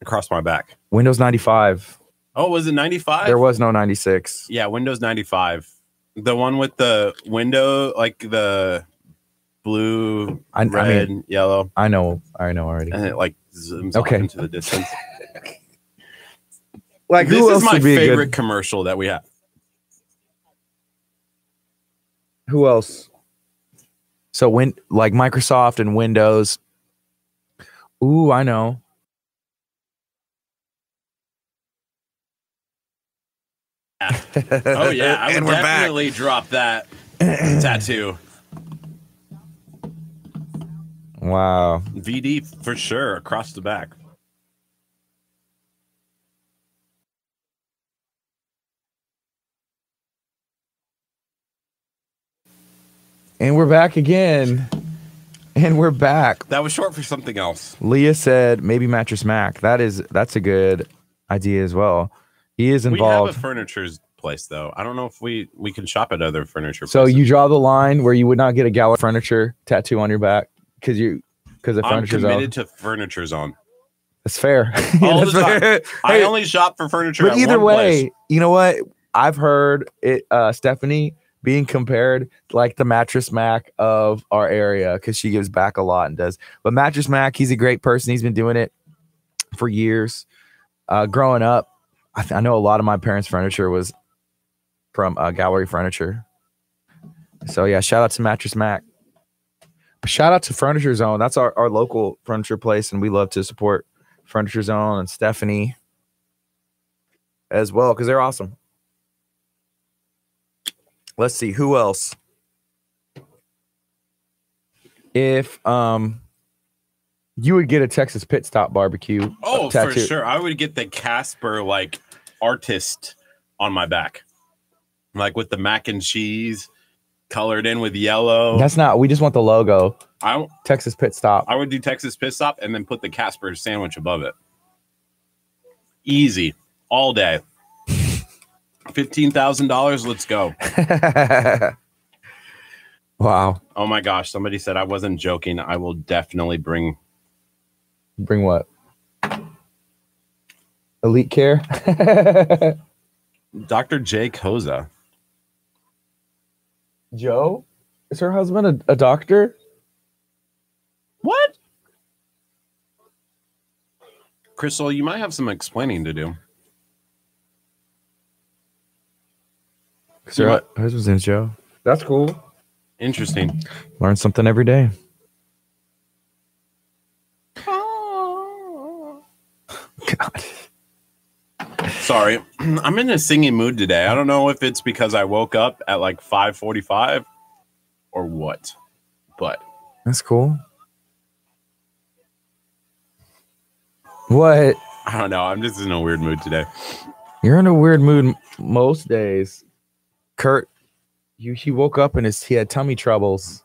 [SPEAKER 2] across my back.
[SPEAKER 1] Windows 95,
[SPEAKER 2] Oh, was it ninety five?
[SPEAKER 1] there was no 96.
[SPEAKER 2] Yeah, Windows 95. The one with the window, like the blue,
[SPEAKER 1] I, I
[SPEAKER 2] red,
[SPEAKER 1] mean,
[SPEAKER 2] yellow,
[SPEAKER 1] I know, I know already.
[SPEAKER 2] and it like zooms
[SPEAKER 1] Okay.
[SPEAKER 2] off into the distance.
[SPEAKER 1] Like,
[SPEAKER 2] this
[SPEAKER 1] who
[SPEAKER 2] is
[SPEAKER 1] else
[SPEAKER 2] my
[SPEAKER 1] would be a
[SPEAKER 2] favorite
[SPEAKER 1] good?
[SPEAKER 2] commercial that we have.
[SPEAKER 1] Who else? So when like Microsoft and Windows. Ooh, I know.
[SPEAKER 2] Oh yeah, I
[SPEAKER 1] and
[SPEAKER 2] would
[SPEAKER 1] we're back.
[SPEAKER 2] definitely drop that tattoo.
[SPEAKER 1] Wow.
[SPEAKER 2] VD for sure across the back.
[SPEAKER 1] And we're back again. And we're back.
[SPEAKER 2] That was short for something else.
[SPEAKER 1] Leah said maybe mattress Mac. That is that's a good idea as well. He is
[SPEAKER 2] We
[SPEAKER 1] involved.
[SPEAKER 2] have a furniture's place though. I don't know if we we can shop at other furniture.
[SPEAKER 1] So
[SPEAKER 2] places.
[SPEAKER 1] you draw the line where you would not get a gallery furniture tattoo on your back because you because the
[SPEAKER 2] I'm
[SPEAKER 1] furniture's off.
[SPEAKER 2] committed to furniture's on.
[SPEAKER 1] That's fair.
[SPEAKER 2] All the
[SPEAKER 1] That's fair.
[SPEAKER 2] I
[SPEAKER 1] Hey,
[SPEAKER 2] only shop for furniture.
[SPEAKER 1] but
[SPEAKER 2] at
[SPEAKER 1] either
[SPEAKER 2] one
[SPEAKER 1] way,
[SPEAKER 2] place.
[SPEAKER 1] you know what? I've heard it uh Stephanie being compared to, like the mattress Mac of our area because she gives back a lot and does. But mattress Mac, he's a great person. He's been doing it for years. Uh, growing up, I, th- I know a lot of my parents' furniture was from uh, Gallery Furniture. So yeah, shout out to Mattress Mac. But shout out to Furniture Zone. That's our, our local furniture place, and we love to support Furniture Zone and Stephanie as well because they're awesome. Let's see who else. If um, you would get a Texas pit stop barbecue. uh,
[SPEAKER 2] Oh, for
[SPEAKER 1] tattoo.
[SPEAKER 2] sure. I would get the Casper like artist on my back, like with the mac and cheese colored in with yellow.
[SPEAKER 1] That's not. We just want the logo.
[SPEAKER 2] I
[SPEAKER 1] Texas pit stop.
[SPEAKER 2] I would do Texas pit stop and then put the Casper sandwich above it. Easy, all day. Fifteen thousand dollars. Let's go.
[SPEAKER 1] wow.
[SPEAKER 2] Oh my gosh! Somebody said I wasn't joking. I will definitely bring.
[SPEAKER 1] Bring what? Elite care.
[SPEAKER 2] Dr. Jay Koza.
[SPEAKER 1] Joe, is her husband a, a doctor?
[SPEAKER 2] What? Crystal, you might have some explaining to do.
[SPEAKER 1] 'Cause her
[SPEAKER 2] What?
[SPEAKER 1] hu- husband's name's Joe. That's cool.
[SPEAKER 2] Interesting.
[SPEAKER 1] Learn something every day. God.
[SPEAKER 2] Sorry, I'm in a singing mood today. I don't know if it's because I woke up at like 5:45 or what, but
[SPEAKER 1] That's cool. What?
[SPEAKER 2] I don't know. I'm just in a weird mood today.
[SPEAKER 1] You're in a weird mood m- most days. Kurt, you he woke up and his he had tummy troubles.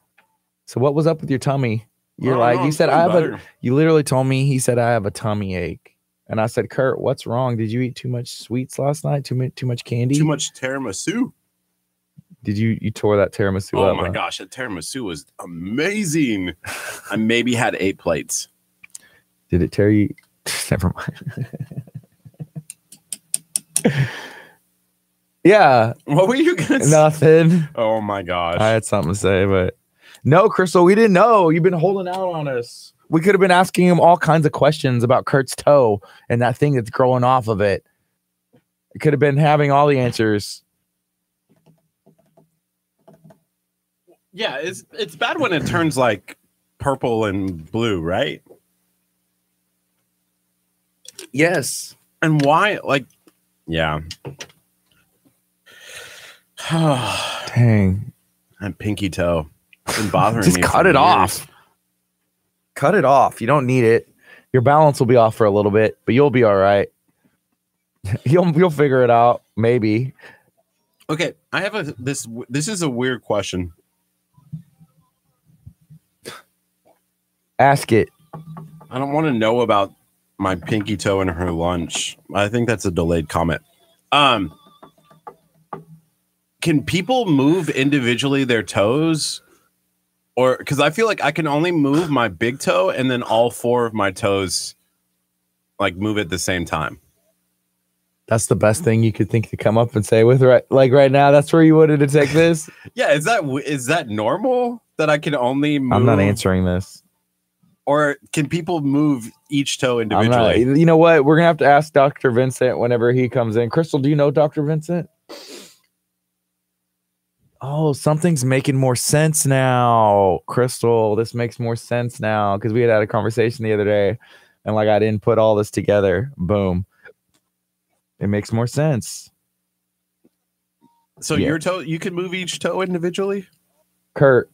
[SPEAKER 1] So what was up with your tummy? You're
[SPEAKER 2] I don't
[SPEAKER 1] like
[SPEAKER 2] know,
[SPEAKER 1] you
[SPEAKER 2] I'm
[SPEAKER 1] said I
[SPEAKER 2] feeling
[SPEAKER 1] have a
[SPEAKER 2] better.
[SPEAKER 1] you literally told me he said I have a tummy ache. And I said, Kurt, what's wrong? Did you eat too much sweets last night? Too much too much candy?
[SPEAKER 2] too much tiramisu.
[SPEAKER 1] Did you you tore that tiramisu
[SPEAKER 2] Oh
[SPEAKER 1] up?
[SPEAKER 2] my
[SPEAKER 1] huh?
[SPEAKER 2] gosh, that tiramisu was amazing. I maybe had eight plates.
[SPEAKER 1] Did it tear you? Never mind. yeah,
[SPEAKER 2] What were you gonna say?
[SPEAKER 1] nothing.
[SPEAKER 2] Oh my gosh.
[SPEAKER 1] I had something to say, but no, Crystal, we didn't know. You've been holding out on us. We could have been asking him all kinds of questions about Kurt's toe and that thing that's growing off of it. It could have been having all the answers.
[SPEAKER 2] Yeah, it's it's bad when it turns like purple and blue, right?
[SPEAKER 1] Yes.
[SPEAKER 2] And why like yeah. that
[SPEAKER 1] Dang.
[SPEAKER 2] pinky toe. It's been bothering
[SPEAKER 1] Just
[SPEAKER 2] me.
[SPEAKER 1] cut
[SPEAKER 2] for
[SPEAKER 1] it
[SPEAKER 2] years.
[SPEAKER 1] off. Cut it off. You don't need it. Your balance will be off for a little bit, but you'll be all right. You'll you'll figure it out, maybe.
[SPEAKER 2] Okay, I have a this. This is a weird question.
[SPEAKER 1] Ask it.
[SPEAKER 2] I don't want to know about my pinky toe and her lunch. I think that's a delayed comment. Um, can people move individually their toes? Or because I feel like I can only move my big toe and then all four of my toes like move at the same time.
[SPEAKER 1] That's the best thing you could think to come up and say with right like right now. That's where you wanted to take this.
[SPEAKER 2] Yeah, is that is that normal that I can only move
[SPEAKER 1] I'm not answering this.
[SPEAKER 2] or can people move each toe
[SPEAKER 1] I'm not, e-,
[SPEAKER 2] individually?
[SPEAKER 1] you know what? We're gonna have to ask Dr. Vincent whenever he comes in. Crystal, do you know Dr. Vincent? Oh, something's making more sense now. Crystal, this makes more sense now because we had had a conversation the other day and like I didn't put all this together. Boom. It makes more sense.
[SPEAKER 2] So
[SPEAKER 1] Yeah.
[SPEAKER 2] your toe you can move each toe individually?
[SPEAKER 1] Kurt,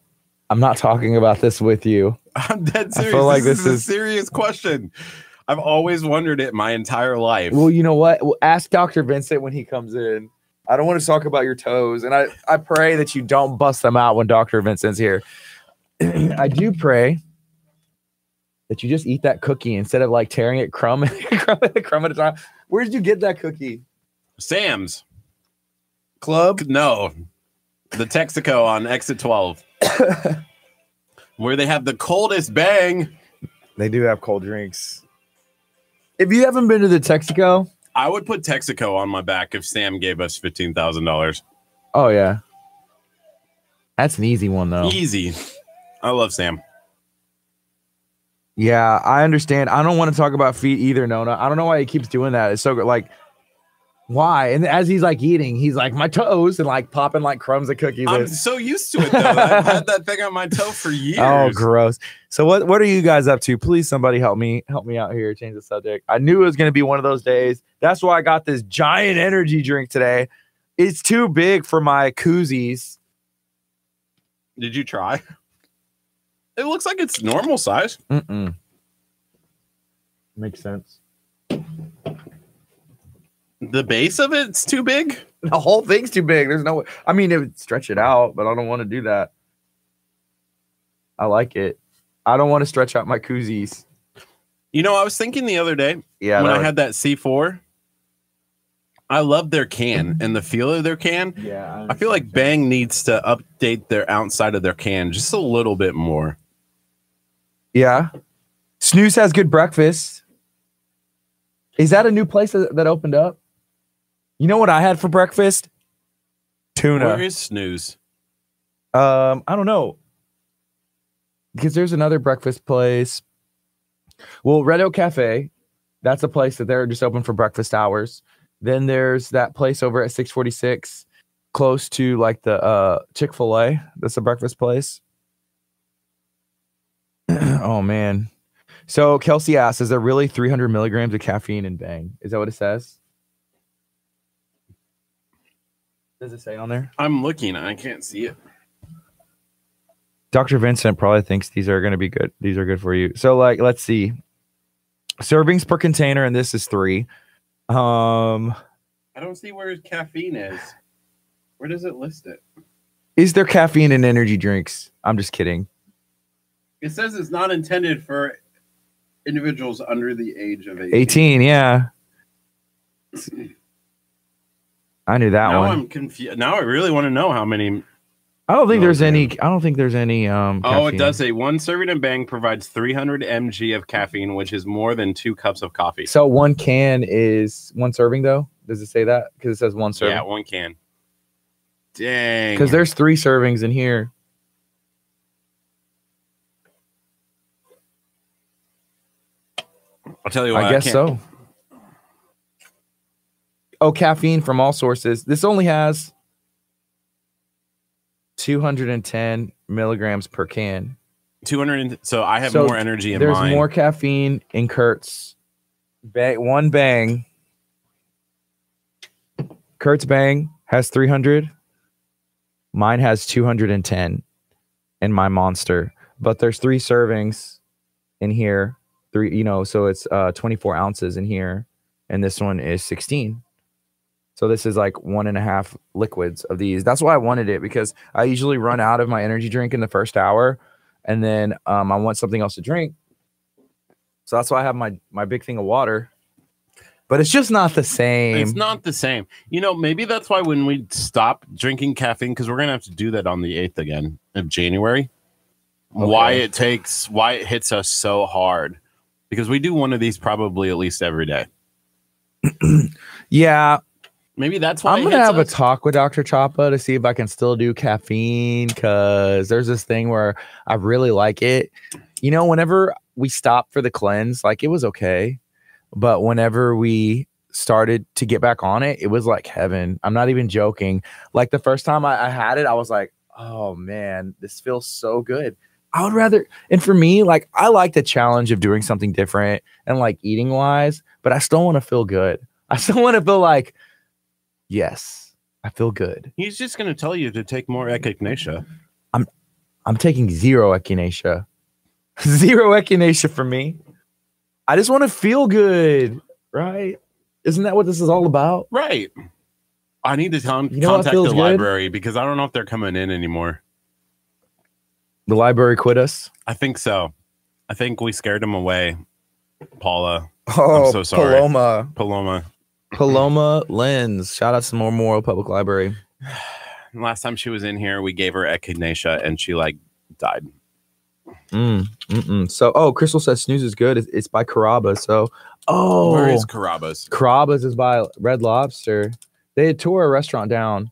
[SPEAKER 1] I'm not talking about this with you.
[SPEAKER 2] I'm dead
[SPEAKER 1] I feel
[SPEAKER 2] serious.
[SPEAKER 1] like
[SPEAKER 2] this,
[SPEAKER 1] this
[SPEAKER 2] is,
[SPEAKER 1] is-
[SPEAKER 2] a serious question. I've always wondered it my entire life.
[SPEAKER 1] Well, you know what? Well, ask Dr. Vincent when he comes in. I don't want to talk about your toes, and I, I pray that you don't bust them out when Dr. Vincent's here. I do pray that you just eat that cookie instead of like tearing it crumb crumb, crumb at a time. Where did you get that cookie?
[SPEAKER 2] Sam's
[SPEAKER 1] Club?
[SPEAKER 2] no, the Texaco on exit 12, where they have the coldest bang.
[SPEAKER 1] They do have cold drinks. If you haven't been to the Texaco,
[SPEAKER 2] I would put Texaco on my back if Sam gave us fifteen thousand dollars.
[SPEAKER 1] oh yeah. That's an easy one though.
[SPEAKER 2] Easy. I love Sam.
[SPEAKER 1] Yeah, I understand. I don't want to talk about feet either, Nona. I don't know why he keeps doing that. It's so good. Like, why? And as he's like eating, he's like my toes and like popping like crumbs of cookies.
[SPEAKER 2] I'm so used to it though. I've had that thing on my toe for years.
[SPEAKER 1] oh, gross. So what? What are you guys up to? Please, somebody help me. Help me out here. Change the subject. I knew it was gonna be one of those days. That's why I got this giant energy drink today. It's too big for my koozies.
[SPEAKER 2] Did you try? It looks like it's normal size.
[SPEAKER 1] Mm-mm. Makes sense.
[SPEAKER 2] The base of it's too big.
[SPEAKER 1] The whole thing's too big. There's no way. I mean, it would stretch it out, but I don't want to do that. I like it. I don't want to stretch out my koozies.
[SPEAKER 2] You know, I was thinking the other day
[SPEAKER 1] Yeah.
[SPEAKER 2] when
[SPEAKER 1] that
[SPEAKER 2] I
[SPEAKER 1] would-
[SPEAKER 2] had that C4, I love their can and the feel of their can.
[SPEAKER 1] yeah.
[SPEAKER 2] I feel like Bang needs to update their outside of their can just a little bit more.
[SPEAKER 1] Yeah. Snooze has good breakfast. Is that a new place that, that opened up? You know what I had for breakfast?
[SPEAKER 2] Where
[SPEAKER 1] Tuna.
[SPEAKER 2] is Snooze?
[SPEAKER 1] Um, I don't know. Because there's another breakfast place. Well, Red Oak Cafe, that's a place that they're just open for breakfast hours. Then there's that place over at 646, close to like the uh, Chick fil A. That's a breakfast place. oh, man. So Kelsey asks, is there really 300 milligrams of caffeine in Bang? Is that what it says? Does it say on there?
[SPEAKER 2] I'm looking. I can't see it.
[SPEAKER 1] Dr. Vincent probably thinks these are going to be good. These are good for you. So like, let's see. Servings per container and this is 3. Um
[SPEAKER 2] I don't see where caffeine is. Where does it list it?
[SPEAKER 1] is there caffeine in energy drinks? I'm just kidding.
[SPEAKER 2] It says it's not intended for individuals under the age of 18.
[SPEAKER 1] 18, yeah. I knew that
[SPEAKER 2] now
[SPEAKER 1] one.
[SPEAKER 2] I'm confused. Now I really want to know how many
[SPEAKER 1] I don't think there's any
[SPEAKER 2] milligrams.
[SPEAKER 1] I don't think there's any um
[SPEAKER 2] Oh, it
[SPEAKER 1] caffeine.
[SPEAKER 2] does say one serving of Bang provides 300 mg of caffeine, which is more than two cups of coffee.
[SPEAKER 1] So one can is one serving though? Does it say that? Cuz it says one
[SPEAKER 2] Yeah,
[SPEAKER 1] serving.
[SPEAKER 2] one can. Dang.
[SPEAKER 1] Cuz there's 3 servings in here.
[SPEAKER 2] I'll tell you what.
[SPEAKER 1] I guess so.
[SPEAKER 2] can't-
[SPEAKER 1] Oh, caffeine from all sources. This only has 210 milligrams per can.
[SPEAKER 2] 200. and- So I have
[SPEAKER 1] So
[SPEAKER 2] more energy in
[SPEAKER 1] There's
[SPEAKER 2] mine.
[SPEAKER 1] more caffeine in Kurt's. Bang, one bang. Kurt's bang has 300. Mine has 210 in my monster. But there's three servings in here. Three, you know, so it's uh 24 ounces in here. And this one is 16. So this is like one and a half liquids of these. That's why I wanted it because I usually run out of my energy drink in the first hour, and then um, I want something else to drink. So that's why I have my my big thing of water. But it's just not the same.
[SPEAKER 2] It's not the same. You know, maybe that's why when we stop drinking caffeine, because we're gonna have to do that on the eighth again of January.
[SPEAKER 1] Okay.
[SPEAKER 2] Why it takes, why it hits us so hard, because we do one of these probably at least every day.
[SPEAKER 1] yeah,
[SPEAKER 2] Maybe that's why
[SPEAKER 1] I'm
[SPEAKER 2] it
[SPEAKER 1] gonna
[SPEAKER 2] hits
[SPEAKER 1] have a
[SPEAKER 2] us.
[SPEAKER 1] talk with Dr. Choppa to see if I can still do caffeine because there's this thing where I really like it. You know, whenever we stopped for the cleanse, like it was okay, but whenever we started to get back on it, it was like heaven. I'm not even joking. Like the first time I, I had it, I was like, oh man, this feels so good. I would rather, and for me, like I like the challenge of doing something different and like eating wise, but I still want to feel good. I still want to feel like, yes, I feel good.
[SPEAKER 2] He's just gonna tell you to take more echinacea.
[SPEAKER 1] I'm taking zero echinacea. Zero echinacea for me. I just want to feel good, right? Isn't that what this is all about?
[SPEAKER 2] Right. I need to con-
[SPEAKER 1] You know what
[SPEAKER 2] contact the
[SPEAKER 1] feels good?
[SPEAKER 2] library because I don't know if they're coming in anymore.
[SPEAKER 1] The library quit us.
[SPEAKER 2] I think so. I think we scared them away, Paula,
[SPEAKER 1] Oh,
[SPEAKER 2] so sorry.
[SPEAKER 1] Paloma.
[SPEAKER 2] Paloma.
[SPEAKER 1] Paloma Lens. Shout out to Memorial Public Library.
[SPEAKER 2] Last time she was in here, we gave her echinacea and she like died.
[SPEAKER 1] Mm, mm-mm. So, oh, Crystal says Snooze is good. It's, it's by Caraba. So, oh,
[SPEAKER 2] Where is Carabas?
[SPEAKER 1] Carrabba's is by Red Lobster. They had tore a restaurant down.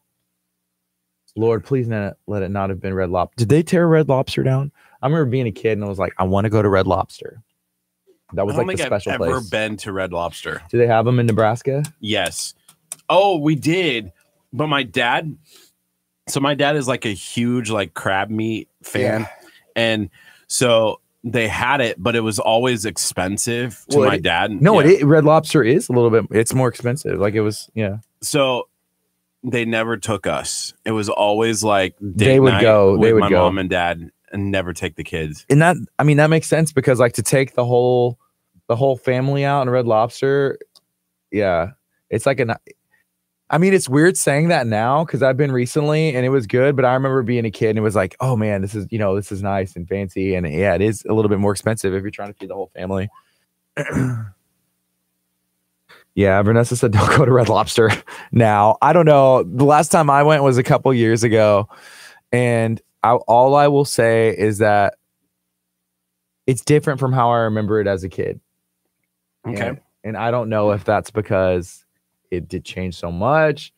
[SPEAKER 1] Lord, please not, let it not have been Red Lobster. Did they tear Red Lobster down? I remember being a kid and I was like, I want to go to Red Lobster. That was
[SPEAKER 2] I don't
[SPEAKER 1] like the
[SPEAKER 2] think
[SPEAKER 1] special
[SPEAKER 2] I've
[SPEAKER 1] place.
[SPEAKER 2] ever been to Red Lobster.
[SPEAKER 1] Do they have them in Nebraska?
[SPEAKER 2] Yes. Oh, we did. But my dad, so my dad is like a huge like crab meat fan, and so they had it, but it was always expensive to
[SPEAKER 1] Well,
[SPEAKER 2] my
[SPEAKER 1] it-
[SPEAKER 2] dad.
[SPEAKER 1] No,
[SPEAKER 2] Yeah.
[SPEAKER 1] it is, Red Lobster is a little bit. It's more expensive. Like it was. Yeah,
[SPEAKER 2] So they never took us. It was always like date
[SPEAKER 1] They would
[SPEAKER 2] night
[SPEAKER 1] go. They
[SPEAKER 2] with
[SPEAKER 1] would
[SPEAKER 2] my
[SPEAKER 1] go.
[SPEAKER 2] mom and dad, and never take the kids.
[SPEAKER 1] and that I mean that makes sense because like to take the whole the whole family out in Red Lobster, yeah, it's like an. I mean, it's weird saying that now because I've been recently and it was good, but I remember being a kid and it was like, oh man, this is you know this is nice and fancy and yeah, it is a little bit more expensive if you're trying to feed the whole family. yeah, Vanessa said don't go to Red Lobster now. I don't know. The last time I went was a couple years ago, and I, all I will say is that it's different from how I remember it as a kid.
[SPEAKER 2] Okay.
[SPEAKER 1] And, and I don't know if that's because it did change so much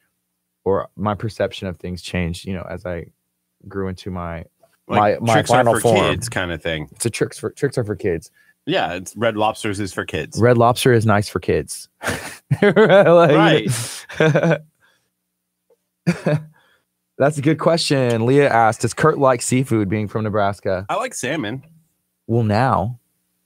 [SPEAKER 1] or my perception of things changed, you know, as I grew into my my-
[SPEAKER 2] Like
[SPEAKER 1] my
[SPEAKER 2] tricks are
[SPEAKER 1] final
[SPEAKER 2] for
[SPEAKER 1] form.
[SPEAKER 2] kids kind of thing.
[SPEAKER 1] it's a tricks for tricks are for kids.
[SPEAKER 2] Yeah, it's Red Lobsters is for kids.
[SPEAKER 1] Red lobster is nice for kids. right. that's a good question. Leah asked, Does Kurt like seafood being from Nebraska?
[SPEAKER 2] I like salmon.
[SPEAKER 1] Well now.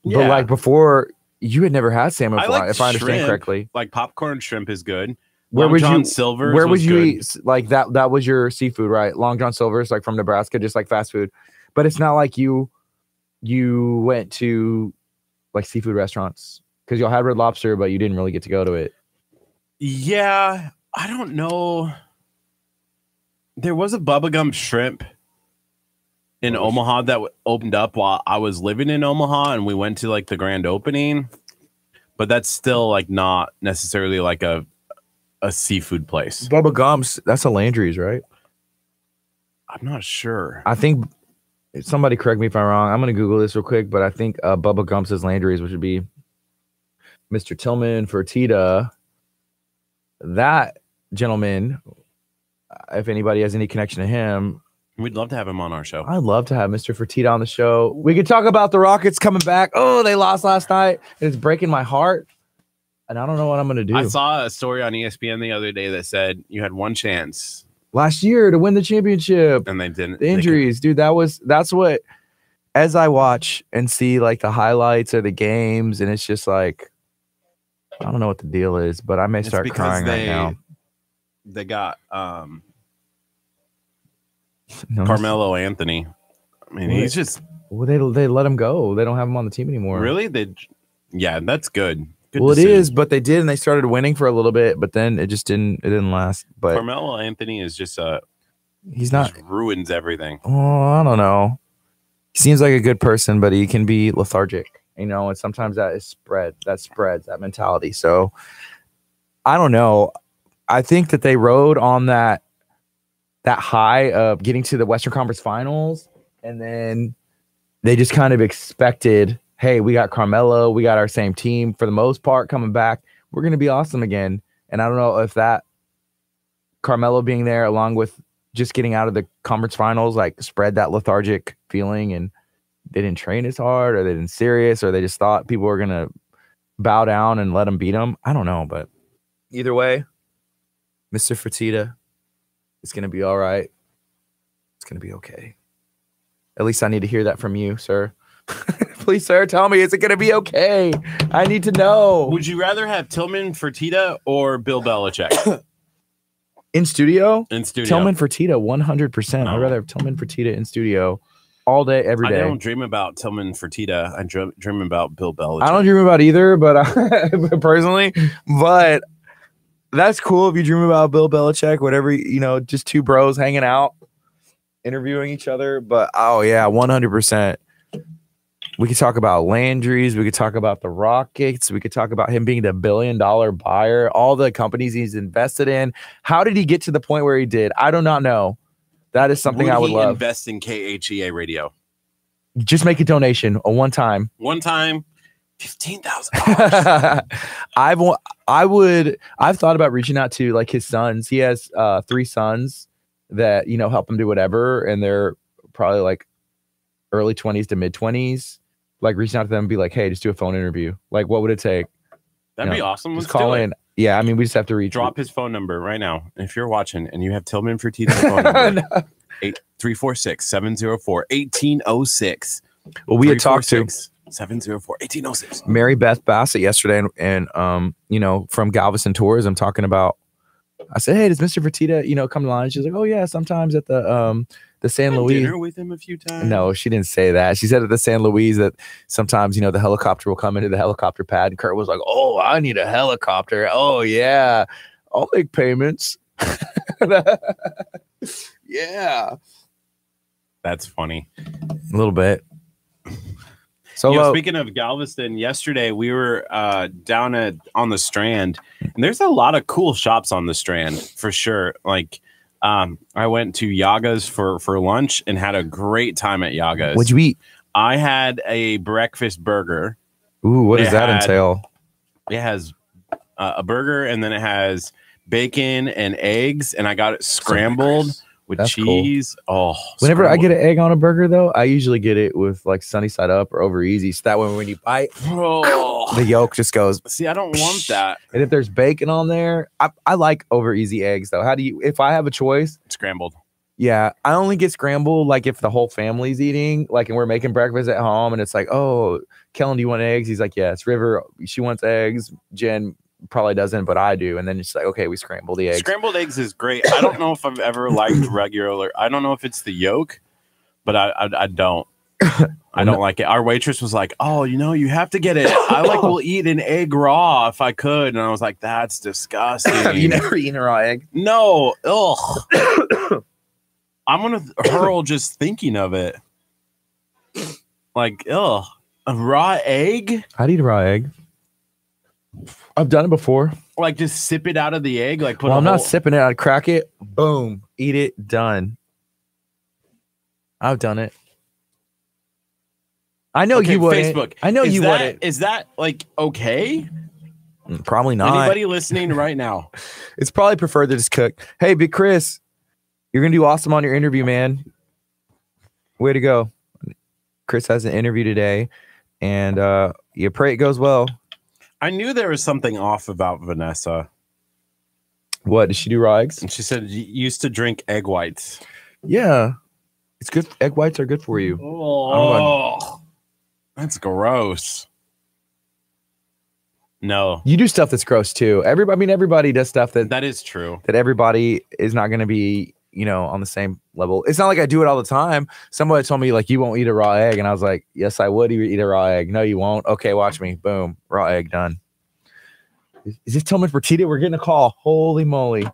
[SPEAKER 2] Yeah.
[SPEAKER 1] But like before you had never had salmon
[SPEAKER 2] I
[SPEAKER 1] before,
[SPEAKER 2] liked
[SPEAKER 1] if I understand
[SPEAKER 2] shrimp.
[SPEAKER 1] correctly.
[SPEAKER 2] Like popcorn shrimp is good.
[SPEAKER 1] Where
[SPEAKER 2] Long
[SPEAKER 1] would
[SPEAKER 2] John
[SPEAKER 1] you
[SPEAKER 2] Silver's
[SPEAKER 1] Where would
[SPEAKER 2] was
[SPEAKER 1] you
[SPEAKER 2] good.
[SPEAKER 1] eat s- like that? That was your seafood, right? Long John Silver's, like from Nebraska, just like fast food. But it's not like you you went to like seafood restaurants because y'all had Red Lobster, but you didn't really get to go to it.
[SPEAKER 2] Yeah, I don't know. There was a Bubba Gum shrimp in
[SPEAKER 1] What was-
[SPEAKER 2] Omaha that w- opened up while I was living in Omaha, and we went to like the grand opening. But that's still like not necessarily like a a seafood place.
[SPEAKER 1] Bubba Gumps, that's a Landry's, right?
[SPEAKER 2] I'm not sure.
[SPEAKER 1] I think somebody correct me if I'm wrong. I'm gonna Google this real quick, but I think uh, Bubba Gumps is Landry's, which would be Mr. Tillman Fertitta. That gentleman, uh, if anybody has any connection to him,
[SPEAKER 2] We'd love to have him on our show.
[SPEAKER 1] I'd love to have Mr. Fertitta on the show. We could talk about the Rockets coming back. Oh, they lost last night. It's breaking my heart. And I don't know what I'm going to do.
[SPEAKER 2] I saw a story on E ESPN the other day that said you had one chance
[SPEAKER 1] last year to win the championship.
[SPEAKER 2] and they didn't.
[SPEAKER 1] The
[SPEAKER 2] they could-
[SPEAKER 1] injuries, dude, that was that's what as I watch and see like the highlights or the games and it's just like I don't know what the deal is, but I may
[SPEAKER 2] It's
[SPEAKER 1] start
[SPEAKER 2] because
[SPEAKER 1] crying
[SPEAKER 2] they-
[SPEAKER 1] right now.
[SPEAKER 2] They got um,
[SPEAKER 1] No,
[SPEAKER 2] Carmelo Anthony. I mean, he's just
[SPEAKER 1] Well, they they let him go. They don't have him on the team anymore.
[SPEAKER 2] Really? They yeah, that's good. Good
[SPEAKER 1] well, it
[SPEAKER 2] decision.
[SPEAKER 1] is, but they did, and they started winning for a little bit, but then it just didn't. It didn't last. But
[SPEAKER 2] Carmelo Anthony is just uh
[SPEAKER 1] he's not.
[SPEAKER 2] just ruins everything.
[SPEAKER 1] Oh, I don't know. He seems like a good person, but he can be lethargic, you know. And sometimes that is spread. That spreads that mentality. So I don't know. I think that they rode on that that high of getting to the Western Conference Finals, and then they just kind of expected, hey, we got Carmelo, we got our same team for the most part coming back. We're gonna be awesome again. And I don't know if that Carmelo being there along with just getting out of the conference finals like spread that lethargic feeling and they didn't train as hard or they didn't serious or they just thought people were going to bow down and let them beat them. I don't know, but either way, Mr. Fertitta is going to be all right. It's going to be okay. At least I need to hear that from you, sir. Please, sir, tell me, is it going to be okay? I need to know.
[SPEAKER 2] Would you rather have Tillman Fertitta or Bill Belichick
[SPEAKER 1] In studio?
[SPEAKER 2] in studio?
[SPEAKER 1] Tillman Fertitta, 100%. I'd
[SPEAKER 2] No.
[SPEAKER 1] rather have Tillman Fertitta in studio all day, every
[SPEAKER 2] I
[SPEAKER 1] day.
[SPEAKER 2] don't dream about Tillman Fertitta. I dream, dream about Bill Belichick.
[SPEAKER 1] I don't dream about either, but I, personally, but that's cool if you dream about Bill Belichick, whatever, you know, just two bros hanging out, interviewing each other. But oh, yeah, 100%. We could talk about Landry's. We could talk about the Rockets. We could talk about him being the billion dollar buyer, all the companies he's invested in. How did he get to the point where he did? I do not know. That is something
[SPEAKER 2] Would
[SPEAKER 1] I would
[SPEAKER 2] he
[SPEAKER 1] love.
[SPEAKER 2] Invest in KHEA radio
[SPEAKER 1] just make a donation, a one time.
[SPEAKER 2] one time, fifteen thousand dollars.
[SPEAKER 1] I've wa- I would I've thought about reaching out to like his sons. He has uh three sons that you know help him do whatever and they're probably like early 20s to mid 20s. Like reaching out to them and be like, "Hey, just do a phone interview. Like what would it take?
[SPEAKER 2] That'd be
[SPEAKER 1] Yeah.
[SPEAKER 2] awesome. Let's
[SPEAKER 1] just call
[SPEAKER 2] do it.
[SPEAKER 1] in." Yeah, I mean, we just have to reach
[SPEAKER 2] Drop his phone number right now. If you're watching and you have Tillman Fertitta's phone number, 346 704 1806.
[SPEAKER 1] Well, we had talked to
[SPEAKER 2] 704 1806.
[SPEAKER 1] Mary Beth Bassett yesterday, and, and um, you know, from Galveston Tourism, talking about. I said, "Hey, does Mister Fertitta, you know, come to line?" She's like, "Oh yeah, sometimes at the um the San Luis."
[SPEAKER 2] dinner with him a few times.
[SPEAKER 1] No, she didn't say that. She said at the San Luis that sometimes, you know, the helicopter will come into the helicopter pad. And Kurt was like, Oh, I need a helicopter. Oh, yeah. I'll make payments. yeah.
[SPEAKER 2] That's funny.
[SPEAKER 1] A little bit. So,
[SPEAKER 2] You know,
[SPEAKER 1] uh,
[SPEAKER 2] speaking of Galveston, yesterday we were uh, down at on the Strand, and there's a lot of cool shops on the Strand for sure. Like, um, I went to Yaga's for for lunch and had a great time at Yaga's.
[SPEAKER 1] what'd you eat?
[SPEAKER 2] I had a breakfast burger.
[SPEAKER 1] Ooh, what does
[SPEAKER 2] They
[SPEAKER 1] that
[SPEAKER 2] had-
[SPEAKER 1] entail?
[SPEAKER 2] It has uh, a burger, and then it has bacon and eggs, and I got it scrambled with
[SPEAKER 1] That's cool.
[SPEAKER 2] cheese. Oh,
[SPEAKER 1] Whenever I
[SPEAKER 2] scrambled-
[SPEAKER 1] get an egg on a burger, though, I usually get it with like sunny side up or over easy. So that way, when you bite,
[SPEAKER 2] oh,
[SPEAKER 1] the yolk just goes.
[SPEAKER 2] see, I don't want that
[SPEAKER 1] And if there's bacon on there, I, I like over easy eggs though. How do you, if I have a choice,
[SPEAKER 2] scrambled.
[SPEAKER 1] Yeah, I only get scrambled like if the whole family's eating, like, and we're making breakfast at home, and it's like, oh, Kellen, do you want eggs? He's like, yes. River, she wants eggs. Jen probably doesn't, but I do. And then it's like, okay, we scramble the eggs.
[SPEAKER 2] Scrambled eggs is great. I don't know if I've ever liked regular. I don't know if it's the yolk, but I I, I don't. I don't like it. Our waitress was like, "Oh, you know, you have to get it. I like will eat an egg raw if I could." And I was like, "That's disgusting."
[SPEAKER 1] you never eaten a raw egg?
[SPEAKER 2] no, ugh. I'm gonna hurl just thinking of it. Like, ugh, a raw egg.
[SPEAKER 1] I'd eat a raw egg. I've done it before.
[SPEAKER 2] Like, just sip it out of the egg. Like, put
[SPEAKER 1] well,
[SPEAKER 2] a
[SPEAKER 1] I'm not
[SPEAKER 2] whole-
[SPEAKER 1] sipping it. I'd crack it. Boom, eat it. Done. I've done it. I know
[SPEAKER 2] Okay,
[SPEAKER 1] you wouldn't.
[SPEAKER 2] Facebook.
[SPEAKER 1] I know
[SPEAKER 2] is
[SPEAKER 1] you
[SPEAKER 2] that,
[SPEAKER 1] wouldn't.
[SPEAKER 2] Is that like okay?
[SPEAKER 1] Probably not.
[SPEAKER 2] Anybody listening right now?
[SPEAKER 1] It's probably preferred to just cook. Hey, Big Chris, you're gonna do awesome on your interview, man. Way to go. Chris has an interview today, and uh you pray it goes well.
[SPEAKER 2] I knew there was something off about Vanessa.
[SPEAKER 1] What did she do raw eggs?
[SPEAKER 2] And she said you used to drink egg whites.
[SPEAKER 1] Yeah. It's good egg whites are good for you.
[SPEAKER 2] Oh, that's gross. No,
[SPEAKER 1] You do stuff that's gross too. Everybody I mean everybody does stuff that
[SPEAKER 2] that is true.
[SPEAKER 1] that everybody is not gonna be, you know, on the same level. It's not like I do it all the time. Somebody told me like you won't eat a raw egg, and I was like, Yes, I would eat a raw egg. No, you won't. Okay, watch me. Boom. Raw egg done. Is, is this Tillman Fertitta? We're getting a call. Holy moly.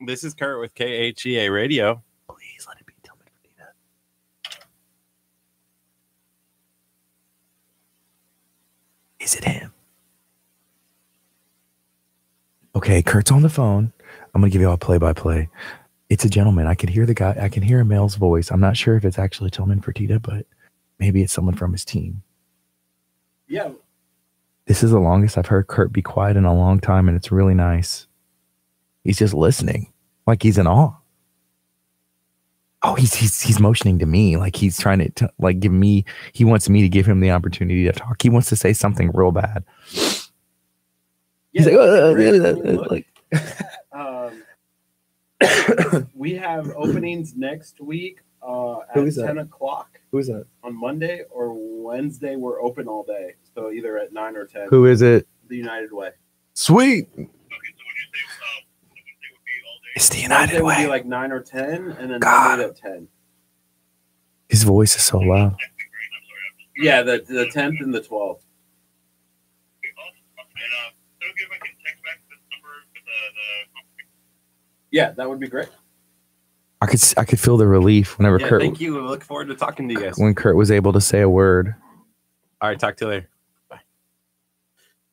[SPEAKER 2] This is Kurt with KHEA Radio.
[SPEAKER 1] Please let it be Tillman Fertitta. Is it him? Okay, Kurt's on the phone. I'm gonna give you all play by play. It's a gentleman. I can hear the guy. I can hear a male's voice. I'm not sure if it's actually Tillman Fertitta, but maybe it's someone from his team.
[SPEAKER 2] Yeah.
[SPEAKER 1] This is the longest I've heard Kurt be quiet in a long time, and it's really nice. He's just listening, like he's in awe. Oh, he's he's he's motioning to me, like he's trying to t- like give me. He wants me to give him the opportunity to talk. He wants to say something real bad. He's like, "Uh, uh, uh, uh," like
[SPEAKER 2] um, we have openings next week uh, at
[SPEAKER 1] Who is that?
[SPEAKER 2] 10 o'clock
[SPEAKER 1] who is that?
[SPEAKER 2] on Monday or Wednesday. We're open all day. So either at 9 or 10,
[SPEAKER 1] Who is it?
[SPEAKER 2] the United Way.
[SPEAKER 1] Sweet. It's the United
[SPEAKER 2] Wednesday would be
[SPEAKER 1] Way.
[SPEAKER 2] like 9 or 10, and then
[SPEAKER 1] God.
[SPEAKER 2] Monday at 10.
[SPEAKER 1] His voice is so loud.
[SPEAKER 2] Yeah, the, the 10th and the 12th. Yeah, that would be great.
[SPEAKER 1] I could s- I could feel the relief whenever
[SPEAKER 2] Yeah,
[SPEAKER 1] Kurt
[SPEAKER 2] thank you. We look forward to talking to you guys.
[SPEAKER 1] when Kurt was able to say a word.
[SPEAKER 2] All right, talk to you later. Bye.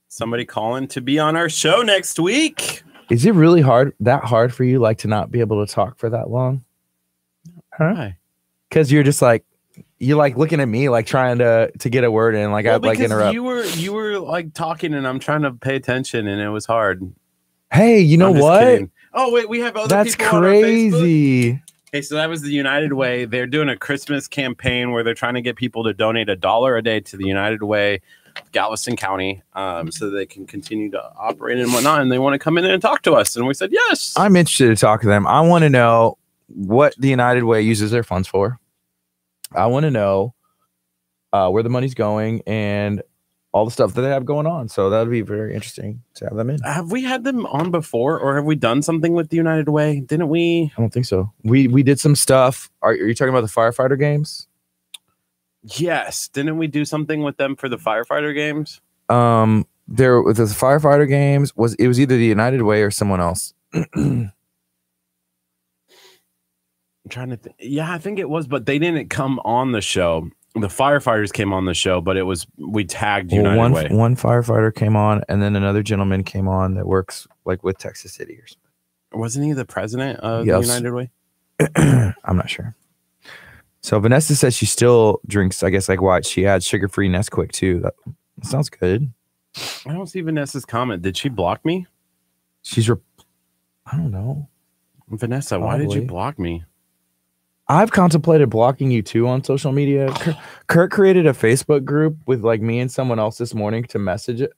[SPEAKER 2] Somebody calling to be on our show next week.
[SPEAKER 1] Is it really hard that hard for you like to not be able to talk for that long? Huh?
[SPEAKER 2] Why?
[SPEAKER 1] Cuz you're just like you're like looking at me like trying to to get a word in like
[SPEAKER 2] Well,
[SPEAKER 1] I'd like
[SPEAKER 2] because
[SPEAKER 1] interrupt.
[SPEAKER 2] You were you were like talking, and I'm trying to pay attention, and it was hard.
[SPEAKER 1] hey, you know
[SPEAKER 2] I'm just
[SPEAKER 1] what?
[SPEAKER 2] kidding. Oh wait, we have other
[SPEAKER 1] That's
[SPEAKER 2] people on our Facebook?
[SPEAKER 1] crazy.
[SPEAKER 2] Okay, so that was the United Way. They're doing a Christmas campaign where they're trying to get people to donate a dollar a day to the United Way, Galveston County, um, so they can continue to operate and whatnot. And they want to come in and talk to us, and we said yes.
[SPEAKER 1] I'm interested to talk to them. I want to know what the United Way uses their funds for. I want to know uh, where the money's going and all the stuff that they have going on. So that would be very interesting to have them in. I
[SPEAKER 2] have we had them on before, or have we done something with the United Way? Didn't we?
[SPEAKER 1] don't think so. We we did some stuff. Are, are you talking about the firefighter games?
[SPEAKER 2] Yes, didn't we do something with them for the firefighter games?
[SPEAKER 1] Um, there was the firefighter games. Was it was either the United Way or someone else?
[SPEAKER 2] I'm trying to think. Yeah, I think it was, but they didn't come on the show. The firefighters came on the show, but it was we tagged United
[SPEAKER 1] Well, one
[SPEAKER 2] Way.
[SPEAKER 1] one firefighter came on, and then another gentleman came on that works like with Texas City or something.
[SPEAKER 2] Wasn't he the president of
[SPEAKER 1] Yes.
[SPEAKER 2] the United Way?
[SPEAKER 1] I'm not sure. So Vanessa says she still drinks, I guess, like what she had sugar free Nesquik too. That, that sounds good.
[SPEAKER 2] I don't see Vanessa's comment. Did she block me?
[SPEAKER 1] She's, re- I don't know.
[SPEAKER 2] Vanessa, why did you
[SPEAKER 1] Probably.
[SPEAKER 2] block me?
[SPEAKER 1] I've contemplated blocking you too on social media. Kurt, Kurt created a Facebook group with like me and someone else this morning to message it.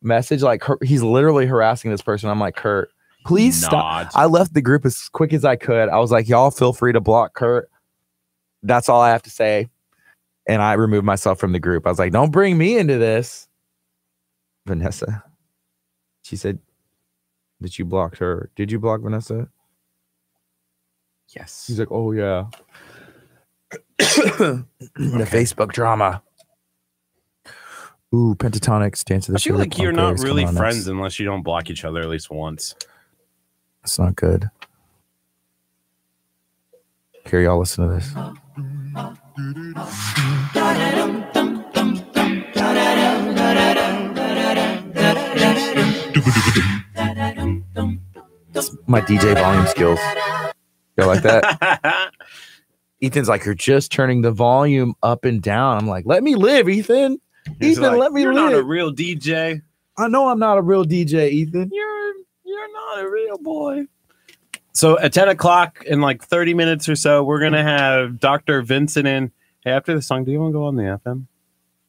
[SPEAKER 1] Message like her, he's literally harassing this person. I'm like, Kurt, please stop.
[SPEAKER 2] Not.
[SPEAKER 1] I left the group as quick as I could. I was like, y'all feel free to block Kurt. That's all I have to say. And I removed myself from the group. I was like, don't bring me into this. Vanessa. She said that you blocked her. Did you block Vanessa?
[SPEAKER 2] yes.
[SPEAKER 1] She's like, oh, yeah. The Facebook drama. Ooh, pentatonics dance of the
[SPEAKER 2] I feel
[SPEAKER 1] Sugar
[SPEAKER 2] like you're
[SPEAKER 1] Plum
[SPEAKER 2] not
[SPEAKER 1] Girls. Come
[SPEAKER 2] really
[SPEAKER 1] on,
[SPEAKER 2] friends
[SPEAKER 1] that's-
[SPEAKER 2] unless you don't block each other at least once.
[SPEAKER 1] That's not good. Here, y'all listen to this. My DJ volume skills. Y'all like that? Ethan's like, you're just turning the volume up and down. I'm like, let me live, Ethan.
[SPEAKER 2] He's
[SPEAKER 1] Ethan, let me
[SPEAKER 2] you're not a
[SPEAKER 1] live."
[SPEAKER 2] real DJ.
[SPEAKER 1] I know I'm not a real DJ, Ethan.
[SPEAKER 2] You're you're not a real boy. So at 10 o'clock in like 30 minutes or so, we're gonna have Dr. Vincent in. Hey, after the song, do you want to go on the FM?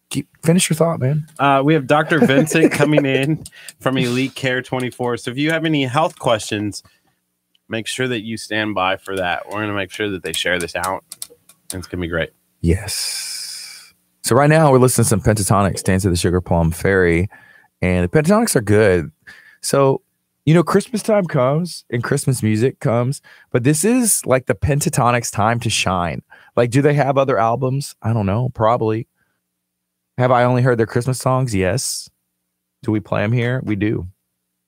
[SPEAKER 1] Keep finish your thought, man.
[SPEAKER 2] Uh, we have Dr. Vincent coming in from Elite Care 24. So if you have any health questions, make sure that you stand by for that. We're going to make sure that they share this out. And it's going to be great.
[SPEAKER 1] Yes. So right now we're listening to some pentatonics, Dance of the Sugar Plum Fairy, and the pentatonics are good. So, you know, Christmas time comes and Christmas music comes, but this is like the pentatonics time to shine. Like, do they have other albums? I don't know. Probably. Have I only heard their Christmas songs? Yes. Do we play them here? We do.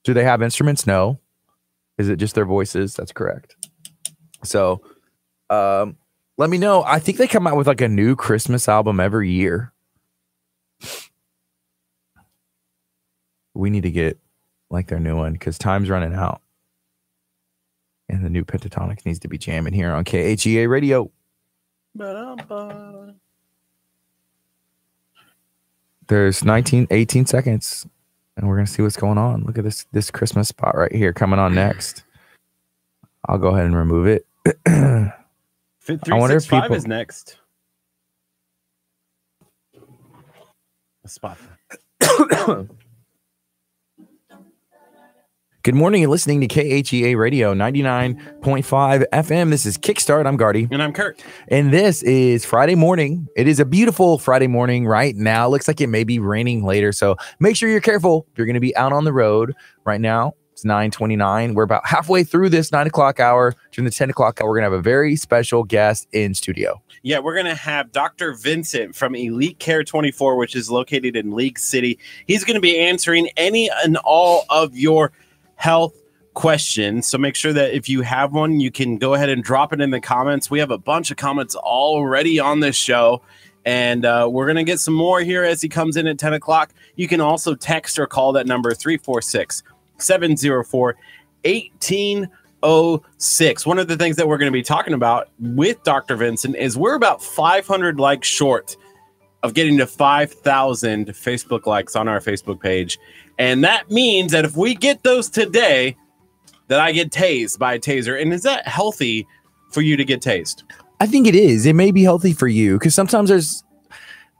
[SPEAKER 1] Do they have instruments? No. Is it just their voices? That's correct. So, um, let me know. I think they come out with like a new Christmas album every year. We need to get like their new one because time's running out. And the new pentatonic needs to be jamming here on KHEA radio.
[SPEAKER 2] Ba-dum-ba.
[SPEAKER 1] There's 19, 18 seconds, and we're gonna see what's going on. Look at this this Christmas spot right here coming on next. I'll go ahead and remove it.
[SPEAKER 2] Fit
[SPEAKER 1] I wonder if
[SPEAKER 2] 365
[SPEAKER 1] people-
[SPEAKER 2] is next. A spot.
[SPEAKER 1] Good morning. You're listening to KHEA Radio 99.5 FM. This is Kickstart. I'm Gardy.
[SPEAKER 2] And I'm Kurt.
[SPEAKER 1] And this is Friday morning. It is a beautiful Friday morning right now. Looks like it may be raining later. So make sure you're careful. You're going to be out on the road right now. It's 929. We're about halfway through this nine o'clock hour. During the 10 o'clock hour, we're going to have a very special guest in studio.
[SPEAKER 2] Yeah, we're going to have Dr. Vincent from Elite Care 24, which is located in League City. He's going to be answering any and all of your health questions. So make sure that if you have one, you can go ahead and drop it in the comments. We have a bunch of comments already on this show. And uh, we're going to get some more here as he comes in at 10 o'clock. You can also text or call that number 346 704 18. 06. One of the things that we're going to be talking about with Dr. Vincent is we're about 500 likes short of getting to 5,000 Facebook likes on our Facebook page. And that means that if we get those today, that I get tased by a taser. And is that healthy for you to get tased?
[SPEAKER 1] I think it is. It may be healthy for you because sometimes there's,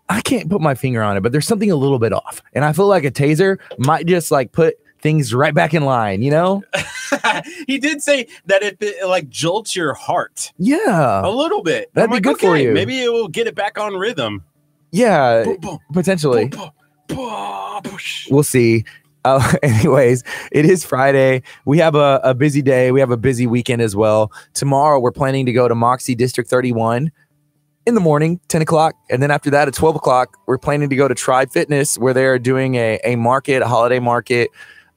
[SPEAKER 1] I can't put my finger on it, but there's something a little bit off. And I feel like a taser might just like put things right back in line, you know?
[SPEAKER 2] he did say that if it like jolts your heart a
[SPEAKER 1] Yeah.
[SPEAKER 2] little bit.
[SPEAKER 1] Oh. That'd
[SPEAKER 2] I'm
[SPEAKER 1] be good for you.
[SPEAKER 2] Maybe it will get it back on rhythm.
[SPEAKER 1] Yeah.
[SPEAKER 2] Boom, boom,
[SPEAKER 1] Potentially.
[SPEAKER 2] boom, boom, boom, push.
[SPEAKER 1] We'll see. Uh, anyways, it is Friday. We have a, a busy day. We have a busy weekend as well. Tomorrow, we're planning to go to Moxie District 31 in the morning, 10 o'clock. And then after that, at 12 o'clock, we're planning to go to Tribe Fitness where they are doing a, a market, a holiday market.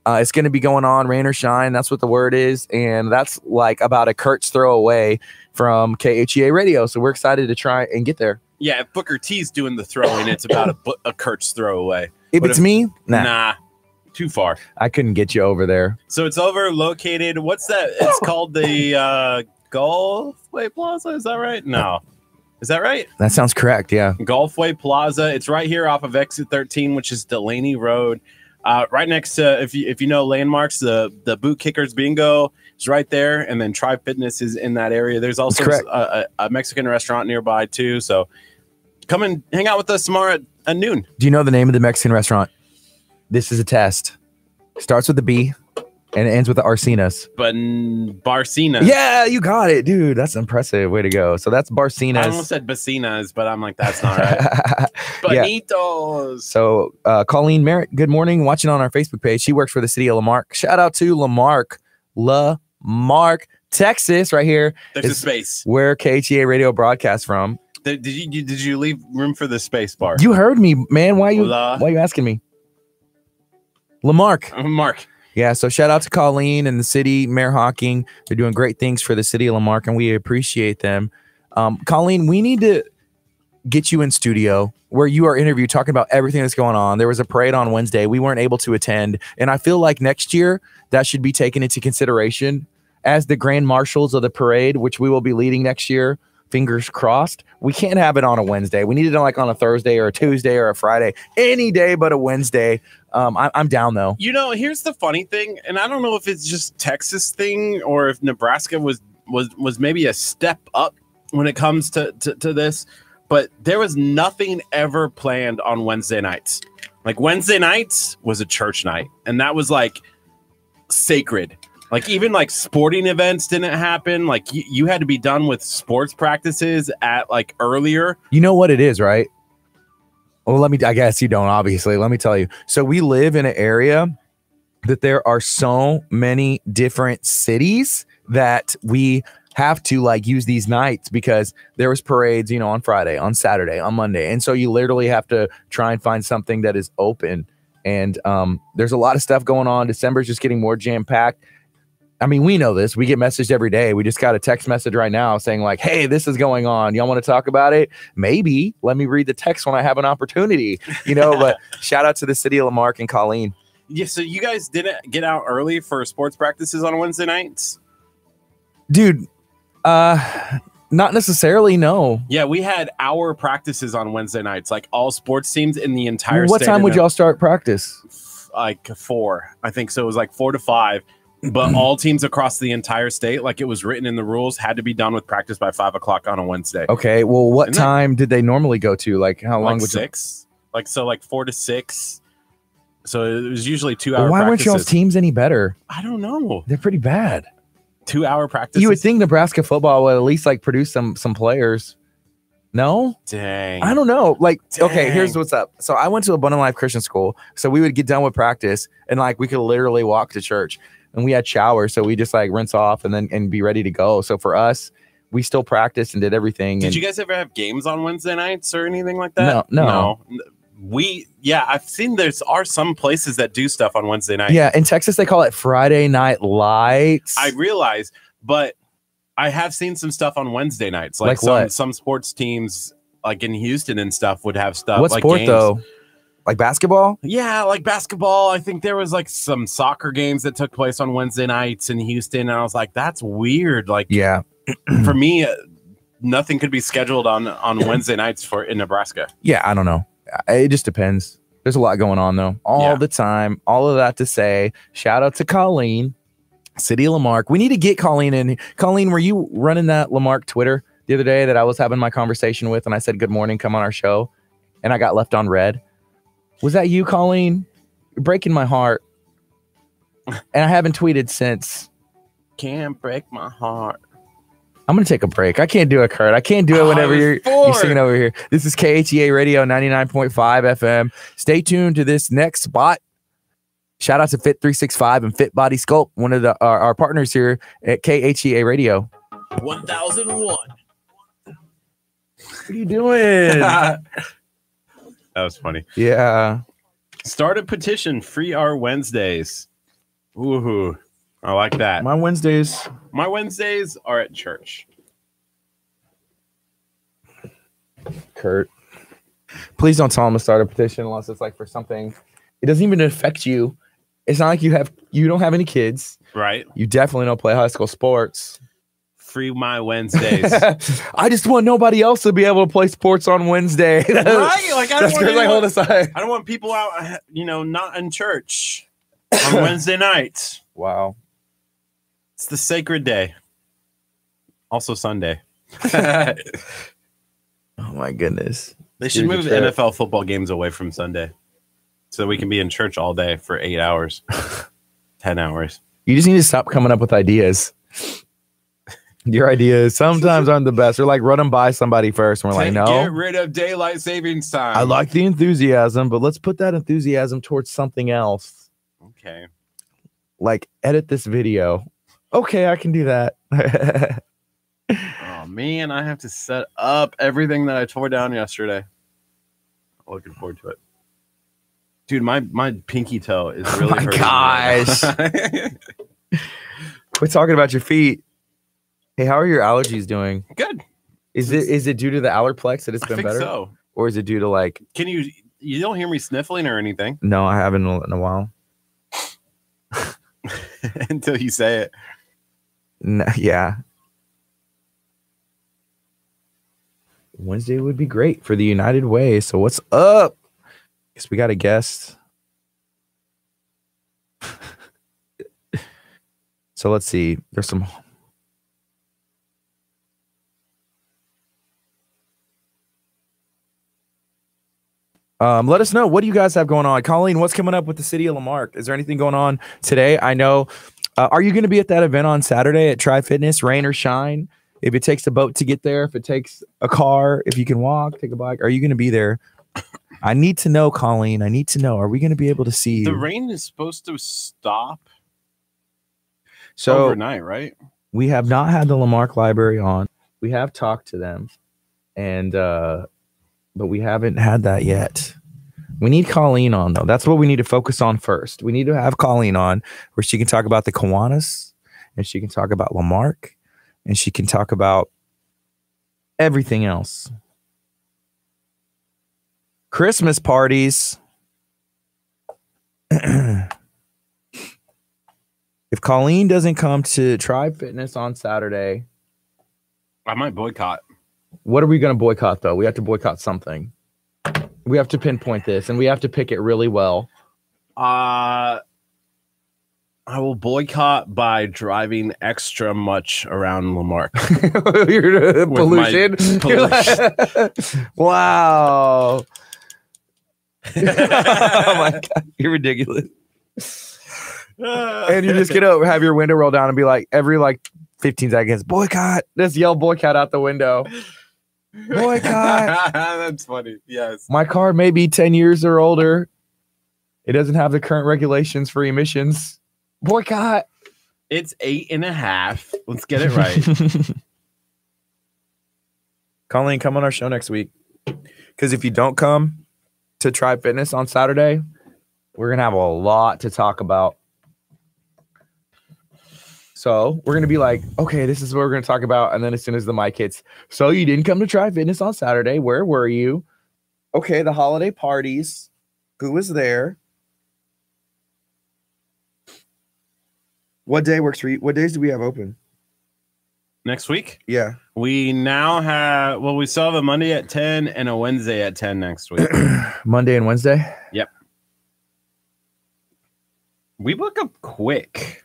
[SPEAKER 1] Uh, it's going to be going on, rain or shine. That's what the word is. And that's like about a Kurt's throw away from KHEA radio. So we're excited to try and get there.
[SPEAKER 2] Yeah, if Booker T's doing the throwing, it's about a, bu- a Kurtz throwaway.
[SPEAKER 1] If
[SPEAKER 2] What
[SPEAKER 1] it's
[SPEAKER 2] if-
[SPEAKER 1] me, nah,
[SPEAKER 2] Nah. too far.
[SPEAKER 1] I couldn't get you over there.
[SPEAKER 2] So it's over located. What's that? It's called the uh, Golfway Plaza. Is that right? No. Is that right?
[SPEAKER 1] That sounds correct. Yeah.
[SPEAKER 2] Golfway Plaza. It's right here off of exit 13, which is Delaney Road. Uh, right next to, if you if you know landmarks, the the Boot Kickers Bingo is right there, and then Tribe Fitness is in that area. There's also
[SPEAKER 1] correct.
[SPEAKER 2] a, a, a Mexican restaurant nearby too. So come and hang out with us tomorrow at, at noon.
[SPEAKER 1] Do you know the name of the Mexican restaurant? This is a test. Starts with a B and it ends with the Arcenas.
[SPEAKER 2] But Barcina.
[SPEAKER 1] Yeah, you got it, dude. That's impressive. Way to go. So that's
[SPEAKER 2] I almost
[SPEAKER 1] Barcenas.
[SPEAKER 2] said Bacinas, but I'm like, that's not right.
[SPEAKER 1] Yeah.
[SPEAKER 2] Bonitos.
[SPEAKER 1] so uh, Colleen Merritt, good morning. Watching on our Facebook page. She works for the city of Lamarck. Shout out to Lamarck, Lamarck, Texas, right here,
[SPEAKER 2] There's a
[SPEAKER 1] It's-
[SPEAKER 2] space.
[SPEAKER 1] where KHEA radio broadcasts from.
[SPEAKER 2] Th- Did you, you- did you leave room for the space bar?
[SPEAKER 1] You heard me, man. Why you
[SPEAKER 2] La-
[SPEAKER 1] why you asking me? Lamarck.
[SPEAKER 2] Uh, Mark.
[SPEAKER 1] Yeah, so shout out to Colleen and the city, Mayor Hawking. They're doing great things for the city of Lamarck, and we appreciate them. Um, Colleen, we need to get you in studio where you are interviewed talking about everything that's going on. There was a parade on Wednesday. We weren't able to attend. And I feel like next year that should be taken into consideration as the grand marshals of the parade, which we will be leading next year. Fingers crossed. We can't have it on a Wednesday. We need it on like on a Thursday or a Tuesday or a Friday, any day but a Wednesday. Um, I, I'm down though.
[SPEAKER 2] You know, here's the funny thing, and I don't know if it's just Texas thing or if Nebraska was was was maybe a step up when it comes to to, to this, but there was nothing ever planned on Wednesday nights. Like Wednesday nights was a church night, and that was like sacred. Like even like sporting events didn't happen. Like you, you had to be done with sports practices at like earlier.
[SPEAKER 1] You know what it is, right? Well, let me, I guess you don't, obviously. Let me tell you. So, we live in an area that there are so many different cities that we have to like use these nights because there was parades, you know, on Friday, on Saturday, on Monday. And so you literally have to try and find something that is open And um, there's a lot of stuff going on. December's just getting more jam packed. I mean, we know this. We get messaged every day. We just got a text message right now saying, like, hey, this is going on. Y'all want to talk about it? Maybe. Let me read the text when I have an opportunity, you know. but shout out to the city of Lamarck and Colleen.
[SPEAKER 2] Yeah, so you guys didn't get out early for sports practices on Wednesday nights?
[SPEAKER 1] Dude, uh, not necessarily, no.
[SPEAKER 2] Yeah, we had our practices on Wednesday nights, like all sports teams in the entire
[SPEAKER 1] what
[SPEAKER 2] state
[SPEAKER 1] time
[SPEAKER 2] and
[SPEAKER 1] would
[SPEAKER 2] then,
[SPEAKER 1] y'all start practice?
[SPEAKER 2] like four. I think so it was like four to five. But all teams across the entire state, like it was written in the rules, had to be done with practice by five o'clock on a Wednesday.
[SPEAKER 1] Okay. Well, what
[SPEAKER 2] Isn't that-
[SPEAKER 1] time did they normally go to? Like, Oh, how long
[SPEAKER 2] like
[SPEAKER 1] would you?
[SPEAKER 2] six. Like so, like four to six. So it was usually two
[SPEAKER 1] Well,
[SPEAKER 2] hour.
[SPEAKER 1] why weren't
[SPEAKER 2] practices.
[SPEAKER 1] y'all's teams any better?
[SPEAKER 2] I don't know.
[SPEAKER 1] They're pretty bad.
[SPEAKER 2] Two hour practices.
[SPEAKER 1] you would think Nebraska football would at least like produce some some players. No,
[SPEAKER 2] Dang.
[SPEAKER 1] I don't know. Like, okay, here's
[SPEAKER 2] Dang.
[SPEAKER 1] what's up. So I went to Abundant Life Christian School, so we would get done with practice and like we could literally walk to church, and we had showers, so we just like rinse off and then and be ready to go. So for us, we still practiced and did everything.
[SPEAKER 2] Did
[SPEAKER 1] and
[SPEAKER 2] you guys ever have games on Wednesday nights or anything like that?
[SPEAKER 1] No, no.
[SPEAKER 2] We yeah, I've seen there's are some places that do stuff on Wednesday night.
[SPEAKER 1] yeah, in Texas they call it Friday Night Lights.
[SPEAKER 2] I realize, but I have seen some stuff on Wednesday nights. Like,
[SPEAKER 1] Like
[SPEAKER 2] some,
[SPEAKER 1] what?
[SPEAKER 2] some sports teams like in Houston and stuff would have stuff.
[SPEAKER 1] what
[SPEAKER 2] like
[SPEAKER 1] sport
[SPEAKER 2] games.
[SPEAKER 1] though? Like basketball?
[SPEAKER 2] Yeah, like basketball. I think there was like some soccer games that took place on Wednesday nights in Houston, and I was like, that's weird. Like
[SPEAKER 1] Yeah,
[SPEAKER 2] for me, uh, nothing could be scheduled on on Wednesday nights for in Nebraska.
[SPEAKER 1] yeah. I don't know. I- It just depends. There's a lot going on though, all
[SPEAKER 2] Yeah.
[SPEAKER 1] the time. All of that to say, shout out to Colleen, City of Lamarck. We need to get Colleen in. Colleen, were you running that Lamarck Twitter the other day that I was having my conversation with, and I said, "Good morning, come on our show," and I got left on red. Was that you, Colleen? You're breaking my heart. And I haven't tweeted since.
[SPEAKER 2] Can't break my heart.
[SPEAKER 1] I'm gonna take a break. I can't do it, Kurt. I can't do it
[SPEAKER 2] Oh, I
[SPEAKER 1] whenever
[SPEAKER 2] was
[SPEAKER 1] you're, you're
[SPEAKER 2] bored.
[SPEAKER 1] singing over here. This is KHEA Radio 99.5 FM. Stay tuned to this next spot. Shout out to Fit365 and Fit Body Sculpt, one of the our, our partners here at KHEA Radio.
[SPEAKER 2] 1001.
[SPEAKER 1] What are you doing?
[SPEAKER 2] that was funny.
[SPEAKER 1] yeah.
[SPEAKER 2] Start a petition, free our Wednesdays. Woohoo. I like that.
[SPEAKER 1] My Wednesdays.
[SPEAKER 2] My Wednesdays are at church.
[SPEAKER 1] Kurt. Please don't tell him to start a petition unless it's like for something. It doesn't even affect you. It's not like you have you don't have any kids.
[SPEAKER 2] Right?
[SPEAKER 1] You definitely don't play high school sports.
[SPEAKER 2] Free my Wednesdays.
[SPEAKER 1] I just want nobody else to be able to play sports on Wednesday. right?
[SPEAKER 2] Right? Like, I don't
[SPEAKER 1] that's
[SPEAKER 2] want
[SPEAKER 1] Kurt's like
[SPEAKER 2] anyone-
[SPEAKER 1] hold aside.
[SPEAKER 2] I don't want people out, uh, you know, not in church on Wednesday night.
[SPEAKER 1] Wow.
[SPEAKER 2] It's the sacred day. Also Sunday. they
[SPEAKER 1] Oh my goodness.
[SPEAKER 2] should
[SPEAKER 1] Here's
[SPEAKER 2] move
[SPEAKER 1] the trip.
[SPEAKER 2] NFL football games away from Sunday so we can be in church all day for eight hours, 10 hours.
[SPEAKER 1] You just need to stop coming up with ideas. Your ideas sometimes aren't the best. They're like run them by somebody first, and we're like,
[SPEAKER 2] Take-
[SPEAKER 1] no.
[SPEAKER 2] Get rid of daylight savings time.
[SPEAKER 1] I like the enthusiasm, but let's put that enthusiasm towards something else.
[SPEAKER 2] Okay.
[SPEAKER 1] Like edit this video. Okay, I can do that.
[SPEAKER 2] Oh man, I have to set up everything that I tore down yesterday. Looking forward to it. Dude, my my pinky toe is really
[SPEAKER 1] Oh my
[SPEAKER 2] hurting right now.
[SPEAKER 1] We're talking about your feet. Hey, how are your allergies doing?
[SPEAKER 2] Good.
[SPEAKER 1] Is it is it due to the allerplex that it's
[SPEAKER 2] I
[SPEAKER 1] been
[SPEAKER 2] think
[SPEAKER 1] better?
[SPEAKER 2] so.
[SPEAKER 1] or is it due to like
[SPEAKER 2] Can you you don't hear me sniffling or anything
[SPEAKER 1] no i haven't in a- in a while
[SPEAKER 2] until you say it.
[SPEAKER 1] N- yeah wednesday would be great for the united way so what's up guess we got a guest so let's see there's some Um, let us know what do you guys have going on, Colleen. What's coming up with the city of Lamarck? Is there anything going on today? I know. Uh, are you going to be at that event on Saturday at Tri Fitness, rain or shine? If it takes a boat to get there, if it takes a car, if you can walk, take a bike, are you going to be there? I need to know, Colleen. I need to know. Are we going to be able to see
[SPEAKER 2] The
[SPEAKER 1] you?
[SPEAKER 2] rain is supposed to stop
[SPEAKER 1] so
[SPEAKER 2] overnight, right?
[SPEAKER 1] we have not had the Lamarck Library on. We have talked to them, and uh, but we haven't had that yet. We need Colleen on though. That's what we need to focus on first. We need to have Colleen on where she can talk about the Kiwanis and she can talk about Lamarck and she can talk about everything else. Christmas parties. if Colleen doesn't come to Tribe Fitness on Saturday,
[SPEAKER 2] I might boycott.
[SPEAKER 1] what are we going to boycott though? We have to boycott something. We have to pinpoint this and we have to pick it really well.
[SPEAKER 2] Uh I will boycott by driving extra much around Lamarck.
[SPEAKER 1] You're- pollution.
[SPEAKER 2] my
[SPEAKER 1] wow. oh my god, you're ridiculous. And you just gonna have your window roll down and be like every like 15 seconds, boycott. Just yell boycott out the window. boycott.
[SPEAKER 2] That's funny. Yes.
[SPEAKER 1] My car may be 10 years or older. It doesn't have the current regulations for emissions. Boycott.
[SPEAKER 2] It's eight and a half. Let's get it right.
[SPEAKER 1] Colleen, come on our show next week. Because if you don't come to Try Fitness on Saturday, we're going to have a lot to talk about. So we're going to be like, okay, this is what we're going to talk about. And then as soon as the mic hits, so you didn't come to Try Fitness on Saturday. Where were you? Okay, the holiday parties. Who was there? What day works for you? What days do we have open?
[SPEAKER 2] Next week.
[SPEAKER 1] Yeah.
[SPEAKER 2] We now have well, we still have a Monday at 10 and a Wednesday at 10 next week.
[SPEAKER 1] Monday and Wednesday.
[SPEAKER 2] we book up quick.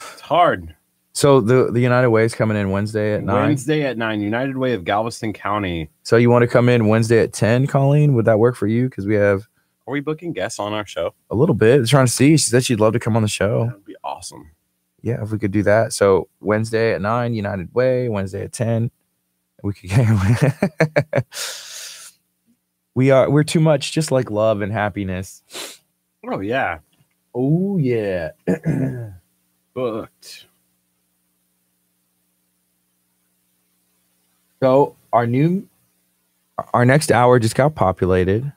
[SPEAKER 2] It's hard.
[SPEAKER 1] So the the United Way is coming in Wednesday at nine.
[SPEAKER 2] Wednesday at nine, United Way of Galveston County.
[SPEAKER 1] So you want to come in Wednesday at ten, Colleen? Would that work for you? Because we have
[SPEAKER 2] Are we booking guests on our show?
[SPEAKER 1] a little bit. Trying to see. She said she'd love to come on the show.
[SPEAKER 2] That would be awesome.
[SPEAKER 1] Yeah, if we could do that. So Wednesday at nine, United Way. Wednesday at ten, we could get. we are we're too much, just like love and happiness.
[SPEAKER 2] Oh yeah.
[SPEAKER 1] Oh yeah.
[SPEAKER 2] Booked.
[SPEAKER 1] So our new, our next hour just got populated.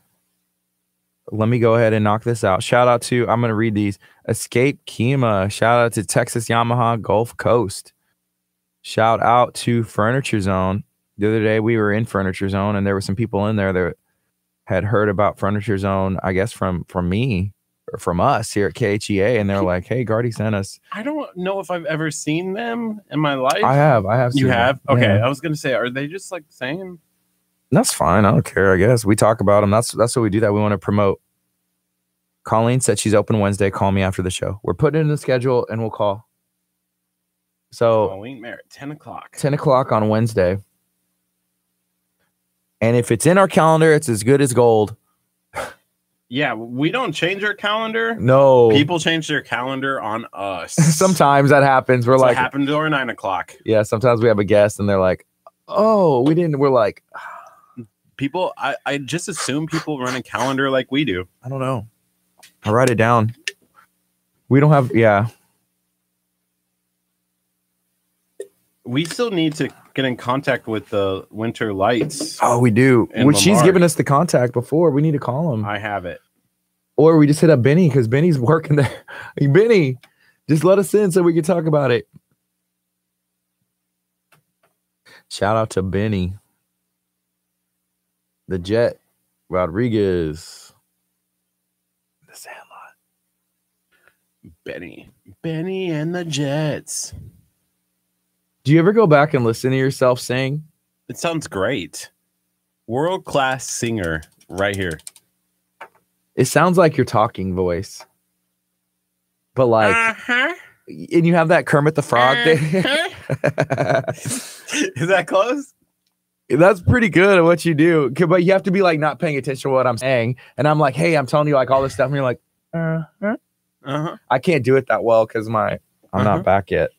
[SPEAKER 1] Let me go ahead and knock this out. Shout out to I'm gonna read these. Escape Kima. Shout out to Texas Yamaha Gulf Coast. Shout out to Furniture Zone. The other day we were in Furniture Zone and there were some people in there that had heard about Furniture Zone. I guess from from me or from us here at KHEA, and they're like, "Hey, Guardy sent us."
[SPEAKER 2] I don't know if I've ever seen them in my life.
[SPEAKER 1] I have, I have.
[SPEAKER 2] you
[SPEAKER 1] seen that.
[SPEAKER 2] have? Okay.
[SPEAKER 1] Yeah.
[SPEAKER 2] I was gonna say, are they just like the same?
[SPEAKER 1] That's fine. I don't care. I guess we talk about them. That's that's what we do. That we want to promote. Colleen said she's open Wednesday. Call me after the show. We're putting it in the schedule and we'll call. So
[SPEAKER 2] Colleen Merritt, 10 o'clock.
[SPEAKER 1] ten o'clock on Wednesday. And if it's in our calendar, it's as good as gold.
[SPEAKER 2] Yeah, we don't change our calendar.
[SPEAKER 1] No,
[SPEAKER 2] People change their calendar on us.
[SPEAKER 1] sometimes that happens. We're
[SPEAKER 2] That's what
[SPEAKER 1] like,
[SPEAKER 2] happened to our nine o'clock.
[SPEAKER 1] yeah. Sometimes we have a guest and they're like, oh, we didn't. We're like,
[SPEAKER 2] People, I, I just assume people run a calendar like we do.
[SPEAKER 1] I don't know. I write it down. We don't have. Yeah,
[SPEAKER 2] We still need to get in contact with the winter lights.
[SPEAKER 1] Oh, we do.
[SPEAKER 2] And
[SPEAKER 1] When she's
[SPEAKER 2] Lamar.
[SPEAKER 1] given us the contact before, we need to call him,
[SPEAKER 2] I have it.
[SPEAKER 1] or we just hit up Benny because Benny's working there. Hey, Benny, just let us in so we can talk about it. Shout out to Benny, the Jet Rodriguez, the Sandlot.
[SPEAKER 2] Benny. Benny and the Jets.
[SPEAKER 1] Do you ever go back and listen to yourself sing?
[SPEAKER 2] It sounds great. World class singer right here.
[SPEAKER 1] It sounds like your talking voice, but like,
[SPEAKER 2] uh-huh.
[SPEAKER 1] and you have that Kermit the Frog thing.
[SPEAKER 2] uh-huh. Is that close?
[SPEAKER 1] That's pretty good at what you do, C- but you have to be like not paying attention to what I'm saying. And I'm like, hey, I'm telling you like all this stuff, and you're like, uh, uh.
[SPEAKER 2] Uh-huh.
[SPEAKER 1] I can't do it that well because my I'm
[SPEAKER 2] Uh-huh.
[SPEAKER 1] not back yet.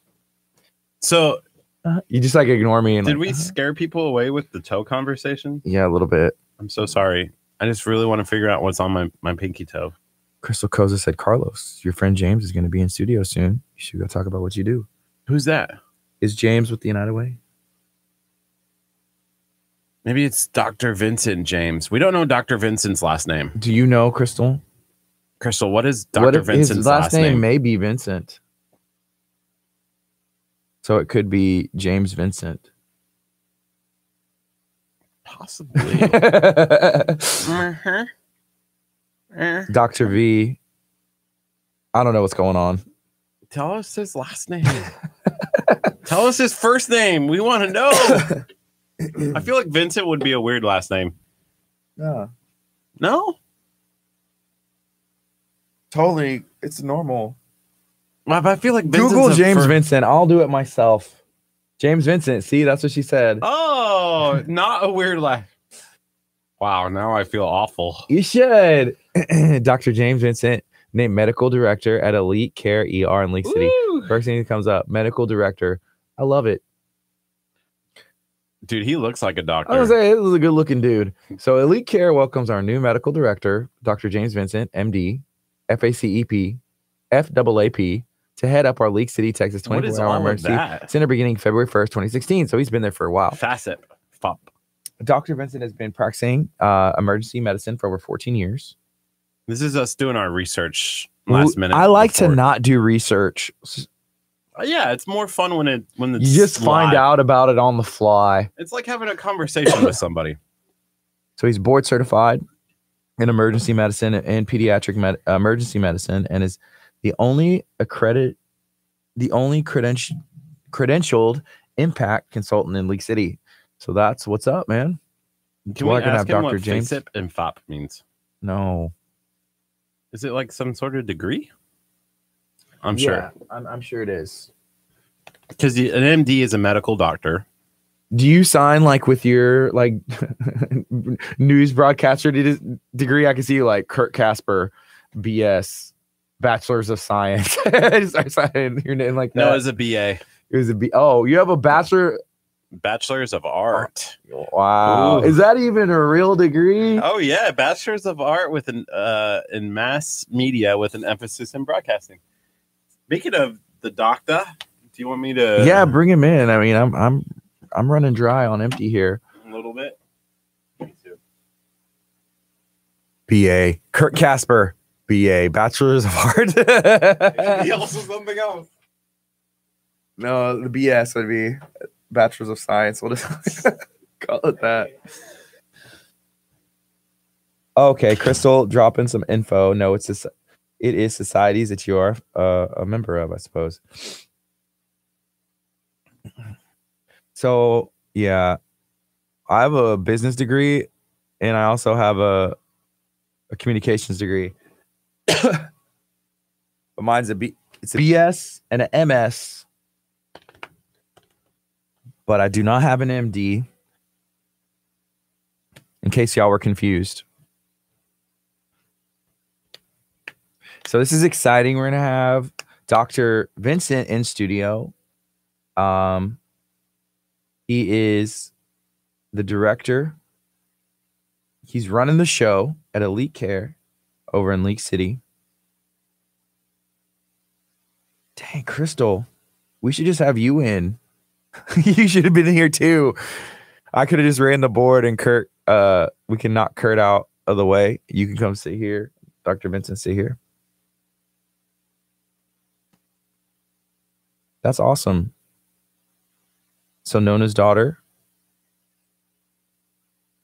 [SPEAKER 2] So,
[SPEAKER 1] Uh, You just like ignore me. And
[SPEAKER 2] did
[SPEAKER 1] like,
[SPEAKER 2] we
[SPEAKER 1] uh,
[SPEAKER 2] scare people away with the toe conversation?
[SPEAKER 1] yeah, a little bit.
[SPEAKER 2] I'm so sorry. I just really want to figure out what's on my, my pinky toe.
[SPEAKER 1] Crystal Koza said, Carlos, your friend James is going to be in studio soon. You should go talk about what you do.
[SPEAKER 2] Who's that?
[SPEAKER 1] Is James with the United Way?
[SPEAKER 2] Maybe it's Dr. Vincent James. We don't know Dr. Vincent's last name.
[SPEAKER 1] Do you know Crystal?
[SPEAKER 2] Crystal, what is Dr.
[SPEAKER 1] What if
[SPEAKER 2] Vincent's
[SPEAKER 1] his last name, may be Vincent. So it could be James Vincent.
[SPEAKER 2] Possibly. Uh-huh. Uh,
[SPEAKER 1] Dr. V. I don't know what's going on.
[SPEAKER 2] Tell us his last name. Tell us his first name. We want to know. I feel like Vincent would be a weird last name.
[SPEAKER 1] Yeah.
[SPEAKER 2] No?
[SPEAKER 1] Totally. It's normal.
[SPEAKER 2] Well, I feel like Vincent's
[SPEAKER 1] Google
[SPEAKER 2] a
[SPEAKER 1] James
[SPEAKER 2] fir-
[SPEAKER 1] Vincent. I'll do it myself. James Vincent. See, that's what she said.
[SPEAKER 2] Oh, not a weird last. Wow, now I feel awful.
[SPEAKER 1] You should. Dr. James Vincent, named medical director at Elite Care ER in League City.
[SPEAKER 2] Woo!
[SPEAKER 1] First thing that comes up, medical director. I love it.
[SPEAKER 2] Dude, he looks like a
[SPEAKER 1] I was
[SPEAKER 2] doctor.
[SPEAKER 1] gonna say this is a good looking dude. So Elite Care welcomes our new medical director, Dr. James Vincent, MD, FACEP, FAAP, to head up our League City, Texas
[SPEAKER 2] What is
[SPEAKER 1] 24 hour
[SPEAKER 2] all of
[SPEAKER 1] emergency
[SPEAKER 2] that?
[SPEAKER 1] center beginning February 1st, 2016. So he's been there for a while.
[SPEAKER 2] Facet. Fop.
[SPEAKER 1] Dr. Vincent has been practicing uh, emergency medicine for over 14 years.
[SPEAKER 2] This is us doing our research last minute.
[SPEAKER 1] I like
[SPEAKER 2] before- Uh,
[SPEAKER 1] to not do research. S-
[SPEAKER 2] Yeah, it's more fun when it when it's
[SPEAKER 1] You just find
[SPEAKER 2] live.
[SPEAKER 1] out about it on the fly.
[SPEAKER 2] It's like having a conversation with somebody.
[SPEAKER 1] So he's board certified in emergency medicine and pediatric med- uh, emergency medicine, and is the only accredit, the only credenti- credentialed impact consultant in League City. So that's what's up, man.
[SPEAKER 2] Can
[SPEAKER 1] We're
[SPEAKER 2] we
[SPEAKER 1] not gonna
[SPEAKER 2] ask
[SPEAKER 1] have
[SPEAKER 2] him
[SPEAKER 1] Dr.
[SPEAKER 2] what
[SPEAKER 1] James.
[SPEAKER 2] FACIP and FOP means?
[SPEAKER 1] No,
[SPEAKER 2] Is it like some sort of degree? I'm sure
[SPEAKER 1] I'm, I'm sure it is.
[SPEAKER 2] because an MD is a medical doctor.
[SPEAKER 1] Do you sign like with your like news broadcaster de- degree? I can see like Kurt Casper, BS, Bachelor's of Science. I just start signing your name like that.
[SPEAKER 2] No, it's a BA,
[SPEAKER 1] It was a B. Oh, you have a bachelor.
[SPEAKER 2] bachelor's of art.
[SPEAKER 1] Wow,
[SPEAKER 2] Ooh.
[SPEAKER 1] is that even a real degree?
[SPEAKER 2] Oh yeah, bachelor's of art with an uh, in mass media with an emphasis in broadcasting. Speaking of the doctor, do you want me to?
[SPEAKER 1] yeah, bring him in. I mean, I'm I'm I'm running dry on empty here.
[SPEAKER 2] a little bit. Me too.
[SPEAKER 1] BA Kurt Casper, BA Bachelor's of Art.
[SPEAKER 2] also something else.
[SPEAKER 1] no, the BS would be Bachelor's of Science. We'll just call it that. Okay, Crystal, dropping some info. No, it's this. It is societies that you are uh, a member of, I suppose. So yeah, I have a business degree, and I also have a a communications degree. but mine's a B. It's a BS and an MS. But I do not have an MD. In case y'all were confused. So this is exciting. We're gonna have Dr. Vincent in studio. Um, he is the director. He's running the show at Elite Care over in League City. Dang, Crystal, we should just have you in. you should have been here too. I could have just ran the board and Kurt. Uh, we can knock Kurt out of the way. You can come sit here, Doctor Vincent, sit here. That's awesome. So Nona's daughter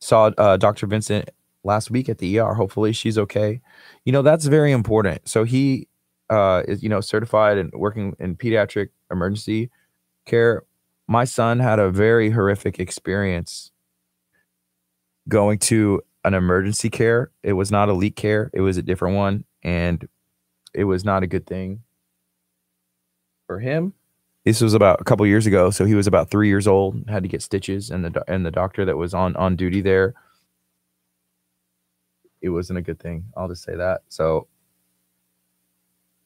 [SPEAKER 1] saw uh, Dr. Vincent last week at the ER. Hopefully she's okay. You know, that's very important. So he uh, is, you know, certified and working in pediatric emergency care. My son had a very horrific experience going to an emergency care. It was not elite care, it was a different one. And it was not a good thing for him this was about a couple years ago so he was about three years old and had to get stitches and the do- and the doctor that was on on duty there it wasn't a good thing i'll just say that so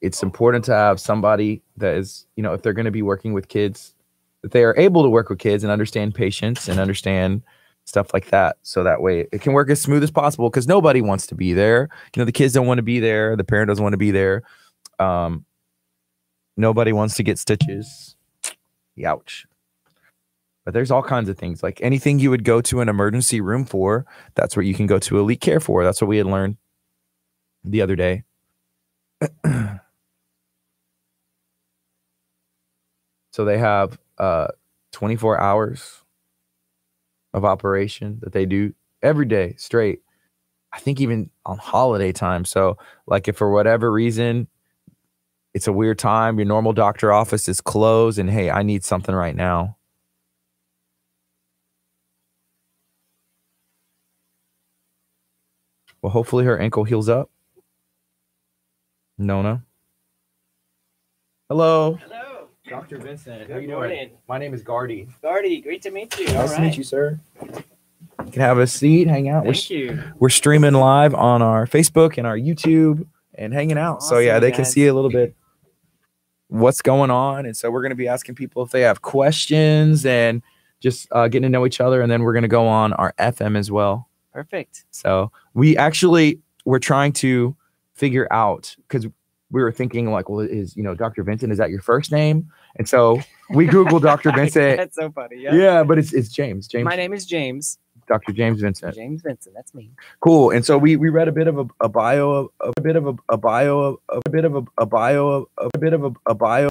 [SPEAKER 1] it's important to have somebody that is you know if they're going to be working with kids that they are able to work with kids and understand patients and understand stuff like that so that way it can work as smooth as possible because nobody wants to be there you know the kids don't want to be there the parent doesn't want to be there um nobody wants to get stitches. Youch. But there's all kinds of things like anything you would go to an emergency room for, that's what you can go to elite care for. That's what we had learned the other day. so they have uh, 24 hours of operation that they do every day straight. I think even on holiday time. So, like, if for whatever reason it's a weird time, your normal doctor office is closed, and hey, I need something right now. Well, hopefully her ankle heals up. Nona. Hello.
[SPEAKER 3] Hello,
[SPEAKER 1] Dr. Vincent.
[SPEAKER 3] good morning.
[SPEAKER 1] My name is Gardy.
[SPEAKER 3] Guardy, great to meet you.
[SPEAKER 1] Nice
[SPEAKER 3] All
[SPEAKER 1] to meet
[SPEAKER 3] right.
[SPEAKER 1] you, sir. You can have a seat, hang out. We're,
[SPEAKER 3] Thank you.
[SPEAKER 1] we're streaming live on our Facebook and our YouTube and hanging out. so yeah,
[SPEAKER 3] Awesome,
[SPEAKER 1] they can
[SPEAKER 3] guys.
[SPEAKER 1] see a little bit what's going on. And so we're gonna be asking people if they have questions and just uh, getting to know each other. And then we're gonna go on our FM as well.
[SPEAKER 3] Perfect.
[SPEAKER 1] So we actually were trying to figure out because we were thinking like, well, is you know Dr. Vincent is that your first name? And so we Googled Dr. Vincent.
[SPEAKER 3] That's so funny.
[SPEAKER 1] Yeah.
[SPEAKER 3] Yeah.
[SPEAKER 1] but it's it's James, James,
[SPEAKER 3] My name is James.
[SPEAKER 1] Dr. James Vincent.
[SPEAKER 3] James Vincent. That's me.
[SPEAKER 1] Cool. And so we we read a bit of a, a bio, of- a, bit of a, a bio, of- a bit of a, a bio, of- a bit of a, a bio,